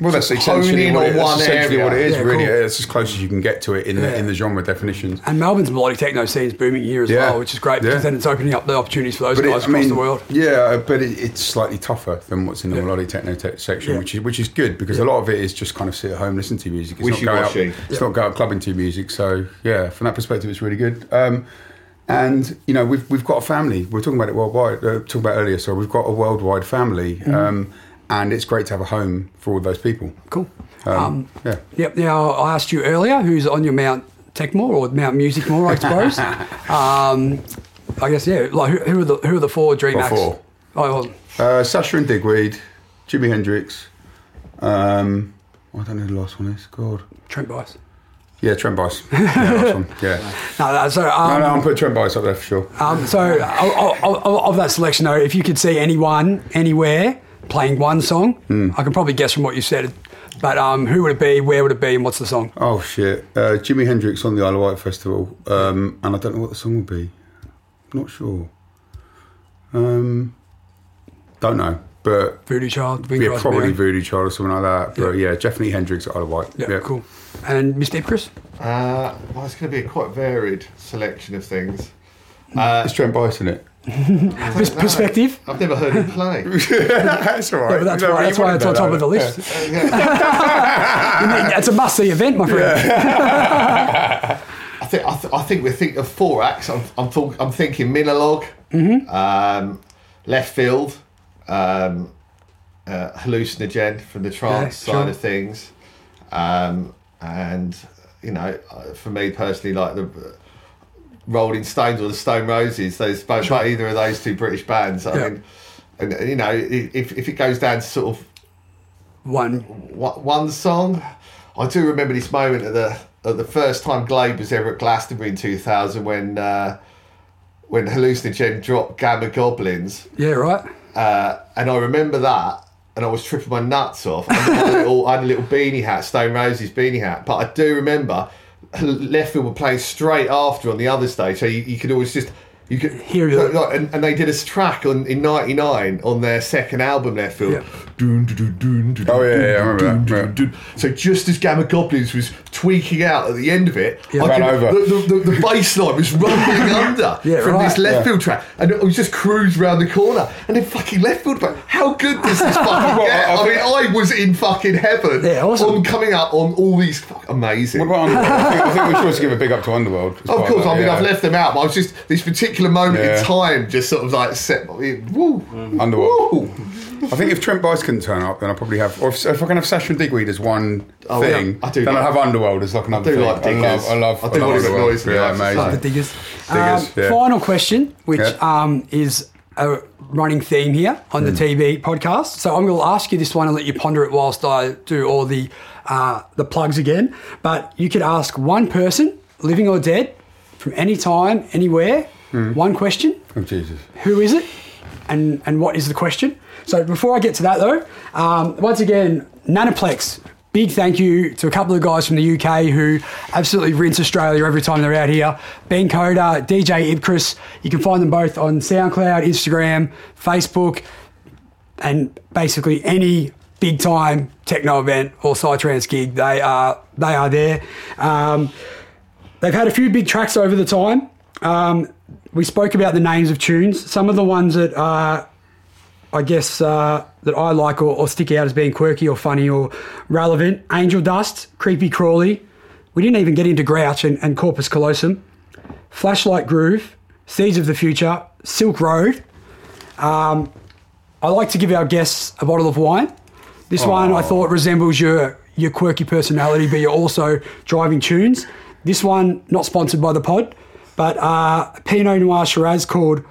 D: well, that's
E: just hone
D: essentially,
E: in
D: what
E: on
D: it, that's
E: one
D: essentially
E: area.
D: what it is.
A: Yeah,
D: really,
A: cool.
D: it's as close as you can get to it in
A: Yeah.
D: the in the genre definitions.
A: And Melbourne's melodic techno scene's booming here as
D: Yeah.
A: well, which is great because
D: Yeah.
A: then it's opening up the opportunities for those
D: it-
A: guys across the world.
D: Yeah, but it, it's slightly tougher than what's in the melodic techno tech section,
A: Yeah.
D: which is which is good because a lot of it is just kind of sit at home, listen to music. It's not go out,
E: Wishy-washy.
D: it's not go out clubbing to music. So yeah, from that perspective, it's really good. Um, and you know, we've we've got a family. We We're talking about it worldwide. Uh, talking about earlier, so we've got a worldwide family,
A: Mm-hmm.
D: um, and it's great to have a home for all those people.
A: Cool.
D: Um, yeah.
A: Yep. Now I asked you earlier who's on your Mount Techmore or Mount Music More, I suppose. um, I guess yeah. Like who, who are the who are the four dream
D: Well,
A: acts?
D: four.
A: Oh, well,
D: Uh, Sasha and Digweed, Jimi Hendrix. Um, I don't know who the last one is. God.
A: Trent Bice.
D: Yeah, Trent Bice. Yeah, last one. Yeah.
A: No, no, so
D: No,
A: um,
D: no, I'm putting Trent Bice up there for sure.
A: um, so of, of, of that selection though, if you could see anyone anywhere playing one song,
D: Hmm.
A: I can probably guess from what you said. But um, who would it be? Where would it be? And what's the song?
D: Oh shit! Uh, Jimi Hendrix on the Isle of Wight festival, um, and I don't know what the song will be. Not sure. Um, don't know, but
A: Voodoo Child. Bing
D: yeah,
A: Crosby.
D: probably Voodoo Child or something like that. But yeah, definitely Hendrix at Isle of Wight.
A: Yeah, cool. And Mr. Chris.
E: Uh, well, it's going to be a quite varied selection of things. Uh,
D: It's Trent Bice in it.
A: Pers- perspective.
E: I've never heard him play.
D: that's all right.
A: Yeah, but that's
D: No,
A: why,
D: you
A: that's why
D: wouldn't
A: it's on
D: know
A: top
D: that.
A: of the list.
E: I
A: It's a must-see event, my friend.
E: think I, th- I think we think of four acts. I'm I'm, thought I'm thinking Minologue,
A: Mm-hmm.
E: um, Left Field, um, uh, Hallucinogen from the trance
A: Yeah,
E: side
A: sure.
E: of things, um, and you know, uh, for me personally, like the uh, Rolling Stones or the Stone Roses. Those both, but either of those two British bands. I
A: Yeah.
E: mean, and and, you know, i- if if it goes down to sort of
A: One.
E: one one song. I do remember this moment at the at the first time Glade was ever at Glastonbury in 2000 when uh, when Hallucinogen dropped Gamma Goblins,
A: Yeah, right.
E: uh, and I remember that, and I was tripping my nuts off. I had a little, I had a little beanie hat, Stone Roses beanie hat, but I do remember Leftfield were playing straight after on the other stage, so you, you could always just. You could
A: Hear that.
E: like, and, and they did a track on in '99 on their second album, Leftfield.
A: Yeah.
E: Dun, dun, dun, dun, dun,
D: Oh, yeah, yeah, I remember
E: dun,
D: that,
E: dun,
D: yeah.
E: dun, dun. So just as Gamma Goblins was tweaking out at the end of it, I
D: Ran
E: could-
D: over.
E: The, the, the, the bass line was rumbling under
A: Yeah,
E: from
A: right.
E: this left field track, and it was just cruise round the corner, and then fucking left field back. How good does this fucking get? I mean, I was in fucking heaven.
A: Yeah, awesome.
E: On coming up on all these fuck, amazing.
D: What about Underworld? I, think, I think we should also give a big up to Underworld. as
E: Oh, of
D: part
E: course,
D: that,
E: I mean
D: yeah.
E: I've left them out, but I was just this particular moment
D: Yeah.
E: in time just sort of like set. Woo,
D: Underworld.
E: woo.
D: I think if Trent Bice couldn't turn up, then I probably have. Or if, if I can have Sasha and Digweed as one
G: Oh, yeah,
D: thing,
G: I do
D: then I
G: like-
D: have Underworld as like another
G: do
D: thing.
G: like Diggers.
D: I love, I love,
G: I do like
D: love
G: the
D: Underworld.
G: noise in the
D: Yeah,
G: house.
D: amazing.
G: The
A: the diggers. Um,
D: Diggers, yeah.
A: Final question, which
D: Yeah.
A: um, is a running theme here on the
D: Hmm.
A: TV podcast. So I'm going to ask you this one and let you ponder it whilst I do all the uh, the plugs again. But you could ask one person, living or dead, from any time, anywhere, one question.
D: Oh, Jesus.
A: Who is it? And and what is the question? So before I get to that though, um, once again, Nanoplex. Big thank you to a couple of guys from the UK who absolutely rinse Australia every time they're out here. Ben Coda, DJ Ibchris. You can find them both on SoundCloud, Instagram, Facebook, and basically any big time techno event or psytrance gig. They are they are there. Um, They've had a few big tracks over the time. Um, we spoke about the names of tunes. Some of the ones that are, I guess, uh, that I like or, or stick out as being quirky or funny or relevant Angel Dust, Creepy Crawly. We didn't even get into Grouch and, and Corpus Callosum. Flashlight Groove, Seeds of the Future, Silk Road. Um, I like to give our guests a bottle of wine. This one
D: Oh.
A: I thought resembles your your quirky personality, but you're also driving tunes. This one not sponsored by the pod, but uh, Pinot Noir Shiraz called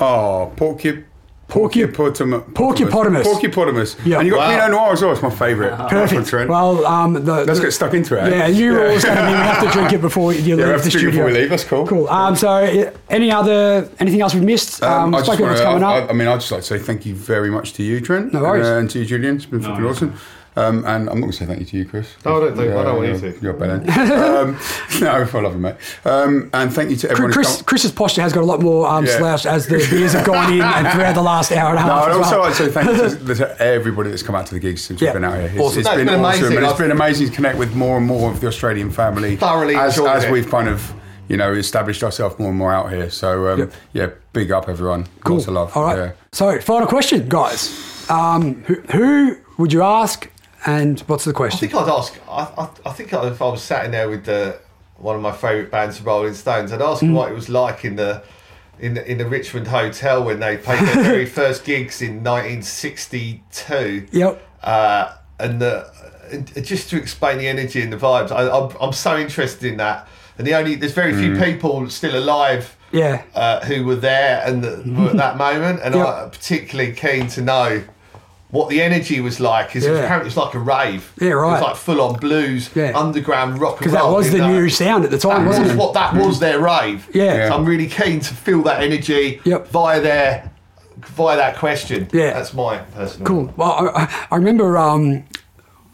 D: Oh, Porcu...
A: Porcu-
D: Porcupotamus.
A: Porcupotamus.
D: Porcupotamus.
A: Yeah.
D: And you got
E: Wow.
D: Pinot Noir as well. It's my favourite. Perfect. Trent.
A: Well, um, the,
D: Let's
A: the-
D: get stuck into it. eh?
A: Yeah, you were always going to be. We have to drink it before you leave
D: we have
A: the
D: to drink it
A: studio.
D: before we leave, that's cool.
A: Cool. Um, so, uh, any other anything else we've missed? Um,
D: I
A: spoke
D: just
A: about what's coming
D: wanna- uh, I,
A: up.
D: I mean, I'd just like to say thank you very much to you, Trent.
A: No worries.
D: And, uh, and to you, Julian. It's been fucking awesome. Um, and I'm not going to say thank you to you, Chris.
E: No, I don't think- I don't want you
D: you're-
E: to.
D: You're better. um, no, I love you, mate. Um, and thank you to everyone. who's
A: Chris,
D: come-
A: Chris's posture has got a lot more um,
D: Yeah.
A: slouched as the beers have gone in and throughout the last hour and a
D: No,
A: half.
D: I'd
A: as
D: also
A: well.
D: like to say thank you to, to everybody that's come out to the gigs since
A: Yeah.
D: we've been out here. It's,
A: Awesome.
D: it's
E: No,
D: been,
E: it's
D: awesome,
E: been amazing.
D: and it's
E: I've-
D: been amazing to connect with more and more of the Australian family.
E: Thoroughly
D: as,
E: enjoyed
D: as
E: it.
D: we've kind of, you know, established ourselves more and more out here. So um,
A: Yep.
D: yeah, big up everyone.
A: Cool.
D: Lots of love.
A: All right.
D: Yeah.
A: So, final question, guys. Um, who, who would you ask, and what's the
E: I
A: question?
E: think I'd ask. I, I, I think I, if I was sat in there with the, one of my favourite bands, the Rolling Stones, I'd ask what it was like in the in the, in the Richmond Hotel when they played their very first gigs in 1962.
A: Yep.
E: Uh, and the, and just to explain the energy and the vibes, I, I'm, I'm so interested in that. And the only there's very few people still alive.
A: Yeah.
E: Uh, who were there and the, were at that moment, and
A: Yep.
E: I'm particularly keen to know what the energy was like. Is
A: Yeah.
E: it apparently it's like a rave.
A: Yeah, right.
E: It was like full on blues,
A: Yeah.
E: underground rock and
A: Because that
E: roll.
A: was the
E: you know.
A: new sound at the time,
E: That
A: wasn't
E: was
A: it?
E: what that was their rave.
A: Yeah.
E: So I'm really keen to feel that energy
A: Yep.
E: via their via that question.
A: Yeah.
E: That's my personal.
A: Cool. Well, I- I, I remember um,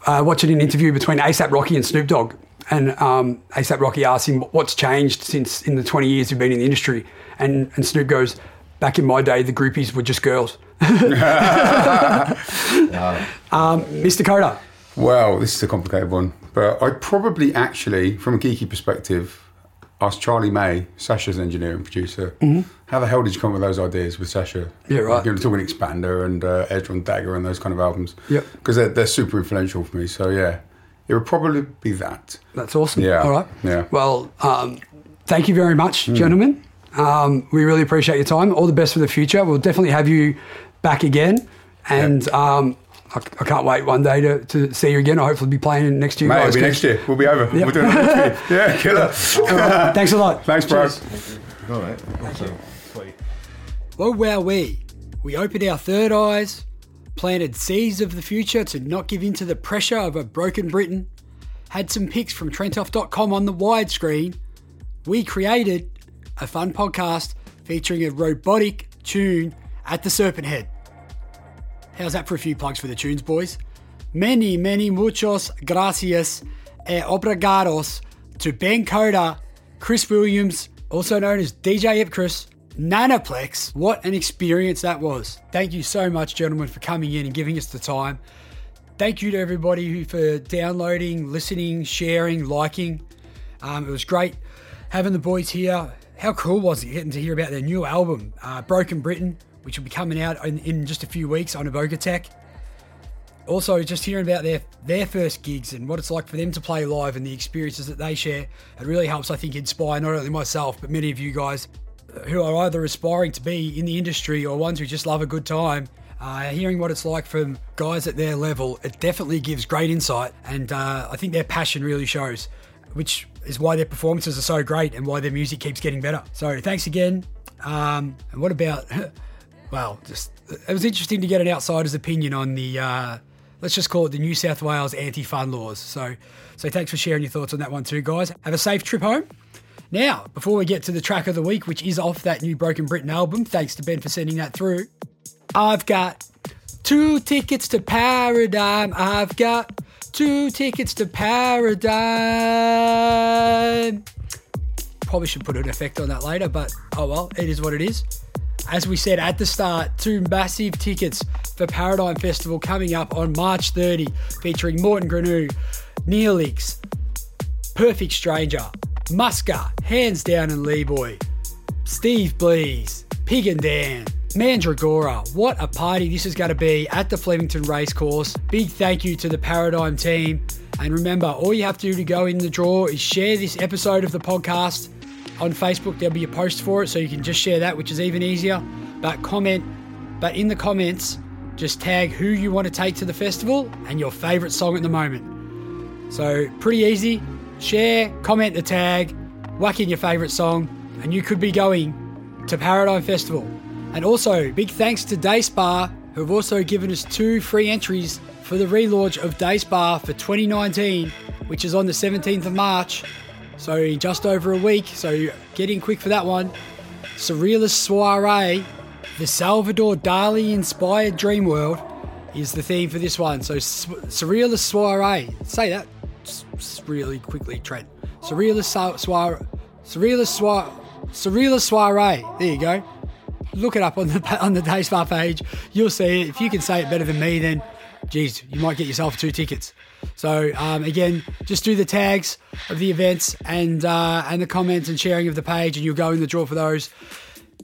A: uh, watching an interview between ASAP Rocky and Snoop Dogg, and um, ASAP Rocky asked him what's changed since in the 20 years you've been in the industry, and, and Snoop goes, "Back in my day, the groupies were just girls." um, Mr. Coda,
D: Well, this is a complicated one, but I'd probably actually, from a geeky perspective, ask Charlie May, Sasha's engineer and producer, how the hell did you come up with those ideas with Sasha?
A: Mm-hmm. Yeah, right.
D: You're talking Expander and uh, Edge on Dagger and those kind of albums.
A: Yep.
D: Because they're, they're super influential for me. So, yeah, it would probably be that.
A: that's awesome.
D: Yeah.
A: All right.
D: Yeah. Hmm.
A: Well, um, thank you very much, gentlemen. Um, we really appreciate your time. All the best for the future. We'll definitely have you back again, and. Um, I, I can't wait one day to, to see you again. I'll hopefully be playing next year.
D: Mate,
A: guys,
D: it'll be
A: 'cause-
D: next year. We'll be over. We'll do it next year. Yeah, killer.
A: Thanks a lot.
D: Thanks, bro.
E: All right. Awesome.
A: Whoa, wow, we. We opened our third eyes, planted seeds of the future to not give in to the pressure of a broken Britain, had some pics from Trentoff.com on the widescreen. We created a fun podcast featuring a robotic tune at the Serpent Head. How's that for a few plugs for the tunes, boys? Many, many muchos gracias e obrigados to Ben Coda, Chris Williams, also known as DJ Ipcris, Nanoplex. What an experience that was. Thank you so much, gentlemen, for coming in and giving us the time. Thank you to everybody who for downloading, listening, sharing, liking. Um, it was great having the boys here. How cool was it getting to hear about their new album, uh, Broken Britain, which will be coming out in, in just a few weeks on Evoke Attack? Also, just hearing about their their first gigs and what it's like for them to play live and the experiences that they share, it really helps, I think, inspire not only myself but many of you guys. who are either aspiring to be in the industry or ones who just love a good time, uh, hearing what it's like from guys at their level, it definitely gives great insight. And uh, I think their passion really shows, which is why their performances are so great and why their music keeps getting better. So thanks again. Um, and what about, well, just it was interesting to get an outsider's opinion on the. Uh, Let's just call it the New South Wales anti-fun laws. So, so thanks for sharing your thoughts on that one too, guys. Have a safe trip home. Now, before we get to the track of the week, which is off that new Broken Britain album, thanks to Ben for sending that through, I've got two tickets to Paradigm. I've got two tickets to Paradigm. Probably should put an effect on that later, but oh well, it is what it is. As we said at the start, two massive tickets for Paradigm Festival coming up on March 30, featuring Morton Granu, Neelix, Perfect Stranger, Musker, Hands Down and Lee Boy, Steve Blees, Pig and Dan, Mandragora. What a party this is going to be at the Flemington Racecourse. Big thank you to the Paradigm team. And remember, all you have to do to go in the draw is share this episode of the podcast on Facebook. There'll be a post for it, so you can just share that, which is even easier. But comment, but in the comments, just tag who you want to take to the festival and your favourite song at the moment. So, pretty easy share, comment the tag, whack in your favourite song, and you could be going to Paradigm Festival. And also, big thanks to Day Spa, who have also given us two free entries for the relaunch of Day Spa for 2019, which is on the 17th of March. So, in just over a week, so get in quick for that one. Surrealist Soiree, the Salvador Dali inspired dream world, is the theme for this one. So, s- Surrealist Soiree, say that s- s- really quickly, Trent. Surrealist so- soiree. Surrealist soiree. Surrealist soiree. There you go. Look it up on the pa- on the Day Spa page. You'll see it. If you can say it better than me, then, geez, you might get yourself two tickets. So um, again, just do the tags of the events and uh, and the comments and sharing of the page, and you'll go in the draw for those.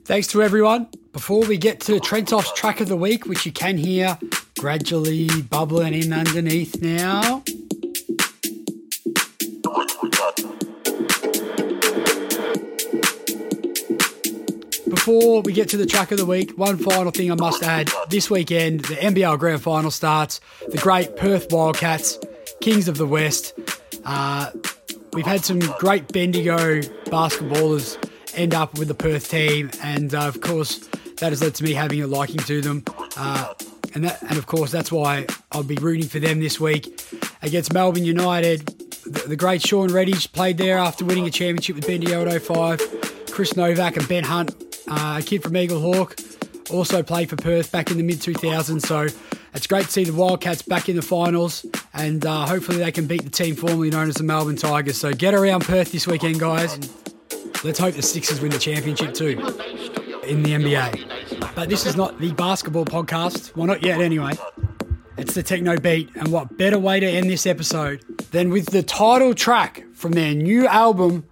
A: Thanks to everyone. Before we get to Trentoff's track of the week, which you can hear gradually bubbling in underneath now. Before we get to the track of the week, one final thing I must add. This weekend, the NBL Grand Final starts. The great Perth Wildcats, Kings of the West. Uh, we've had some great Bendigo basketballers end up with the Perth team, and uh, of course, that has led to me having a liking to them. Uh, and that, and of course, that's why I'll be rooting for them this week against Melbourne United. The, the great Sean Redditch played there after winning a championship with Bendigo at 05. Chris Novak and Ben Hunt, uh, a kid from Eagle Hawk, also played for Perth back in the mid 2000s. So it's great to see the Wildcats back in the finals, and uh, hopefully they can beat the team formerly known as the Melbourne Tigers. So get around Perth this weekend, guys. Let's hope the Sixers win the championship too in the NBA. But this is not the basketball podcast. Well, not yet, anyway. It's the techno beat, and what better way to end this episode than with the title track from their new album,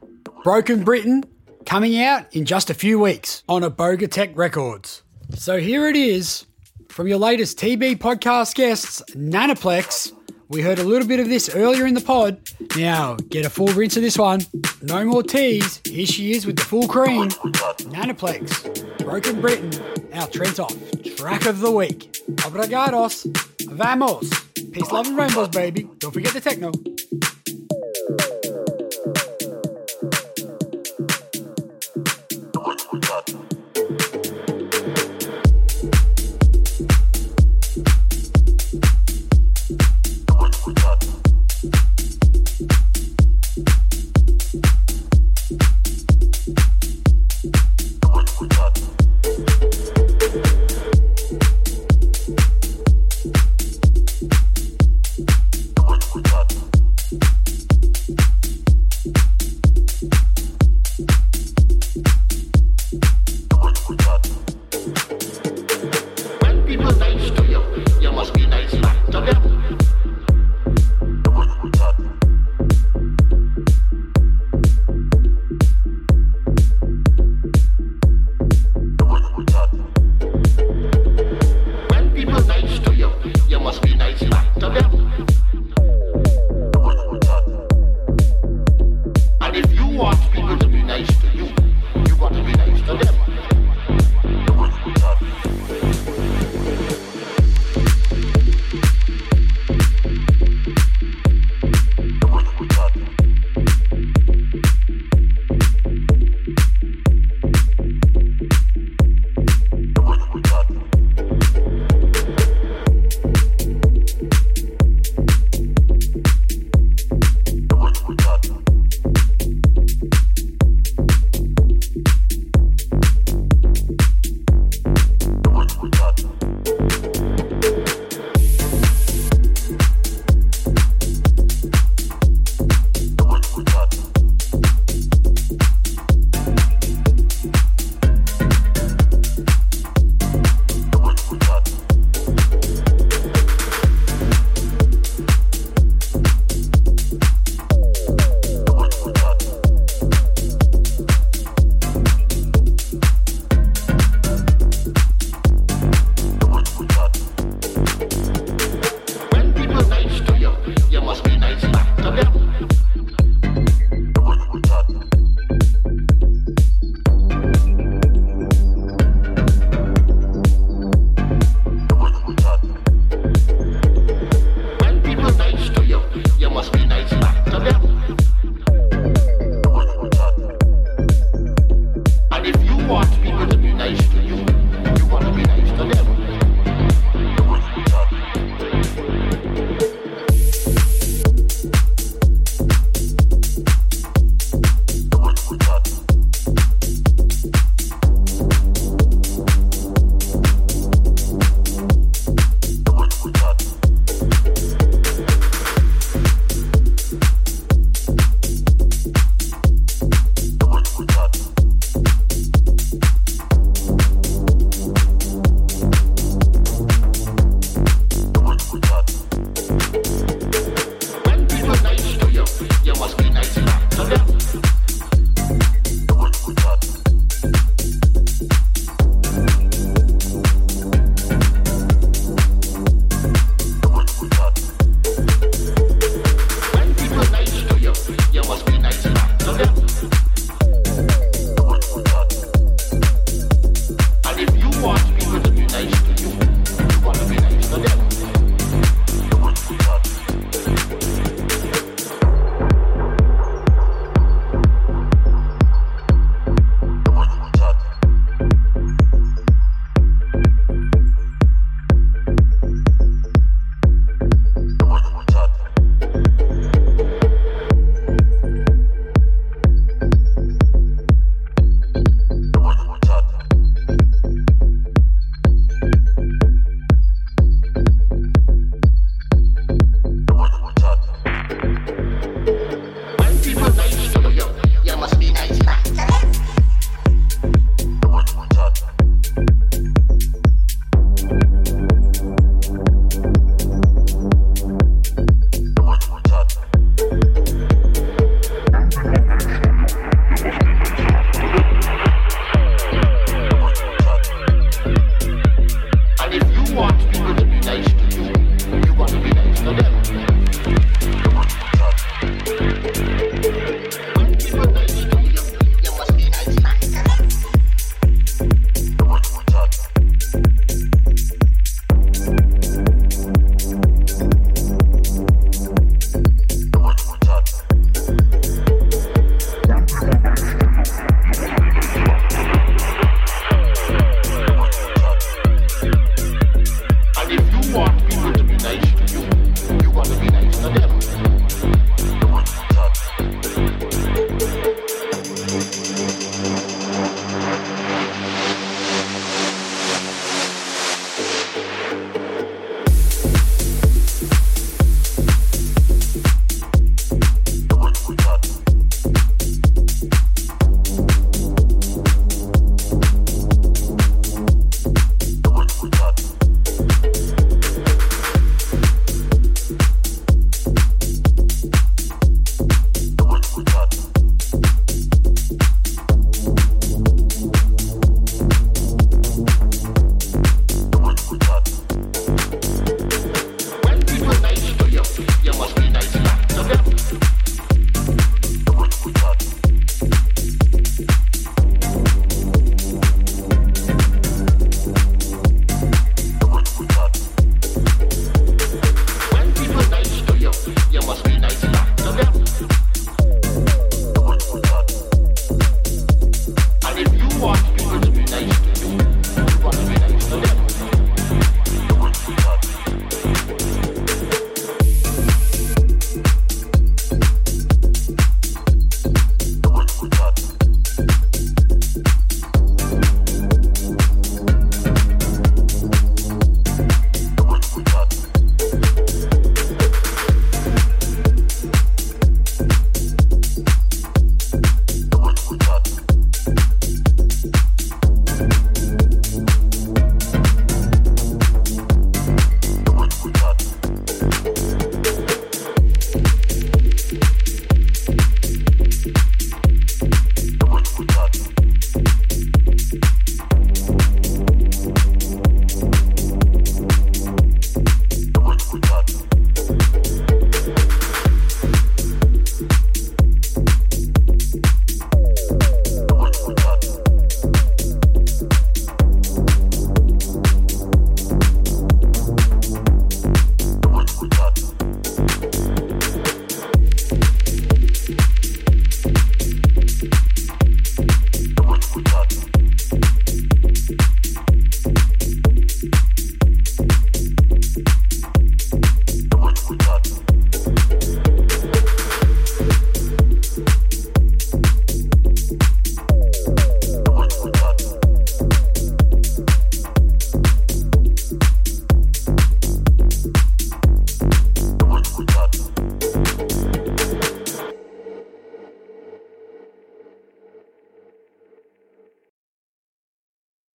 A: Broken Britain, coming out in just a few weeks on a Tech Records. So here it is from your latest TB podcast guests, Nanoplex. We heard a little bit of this earlier in the pod. Now, get a full rinse of this one. No more teas. Here she is with the full cream. Nanoplex, Broken Britain, our Trentoff, track of the week. Obrigados, vamos. Peace, love, and rainbows, baby. Don't forget the techno.
C: When people nice to you, you must be nice back to them. When people nice to you, you must be nice back to them. And if you want people to be nice to you, you got to be be nice to them.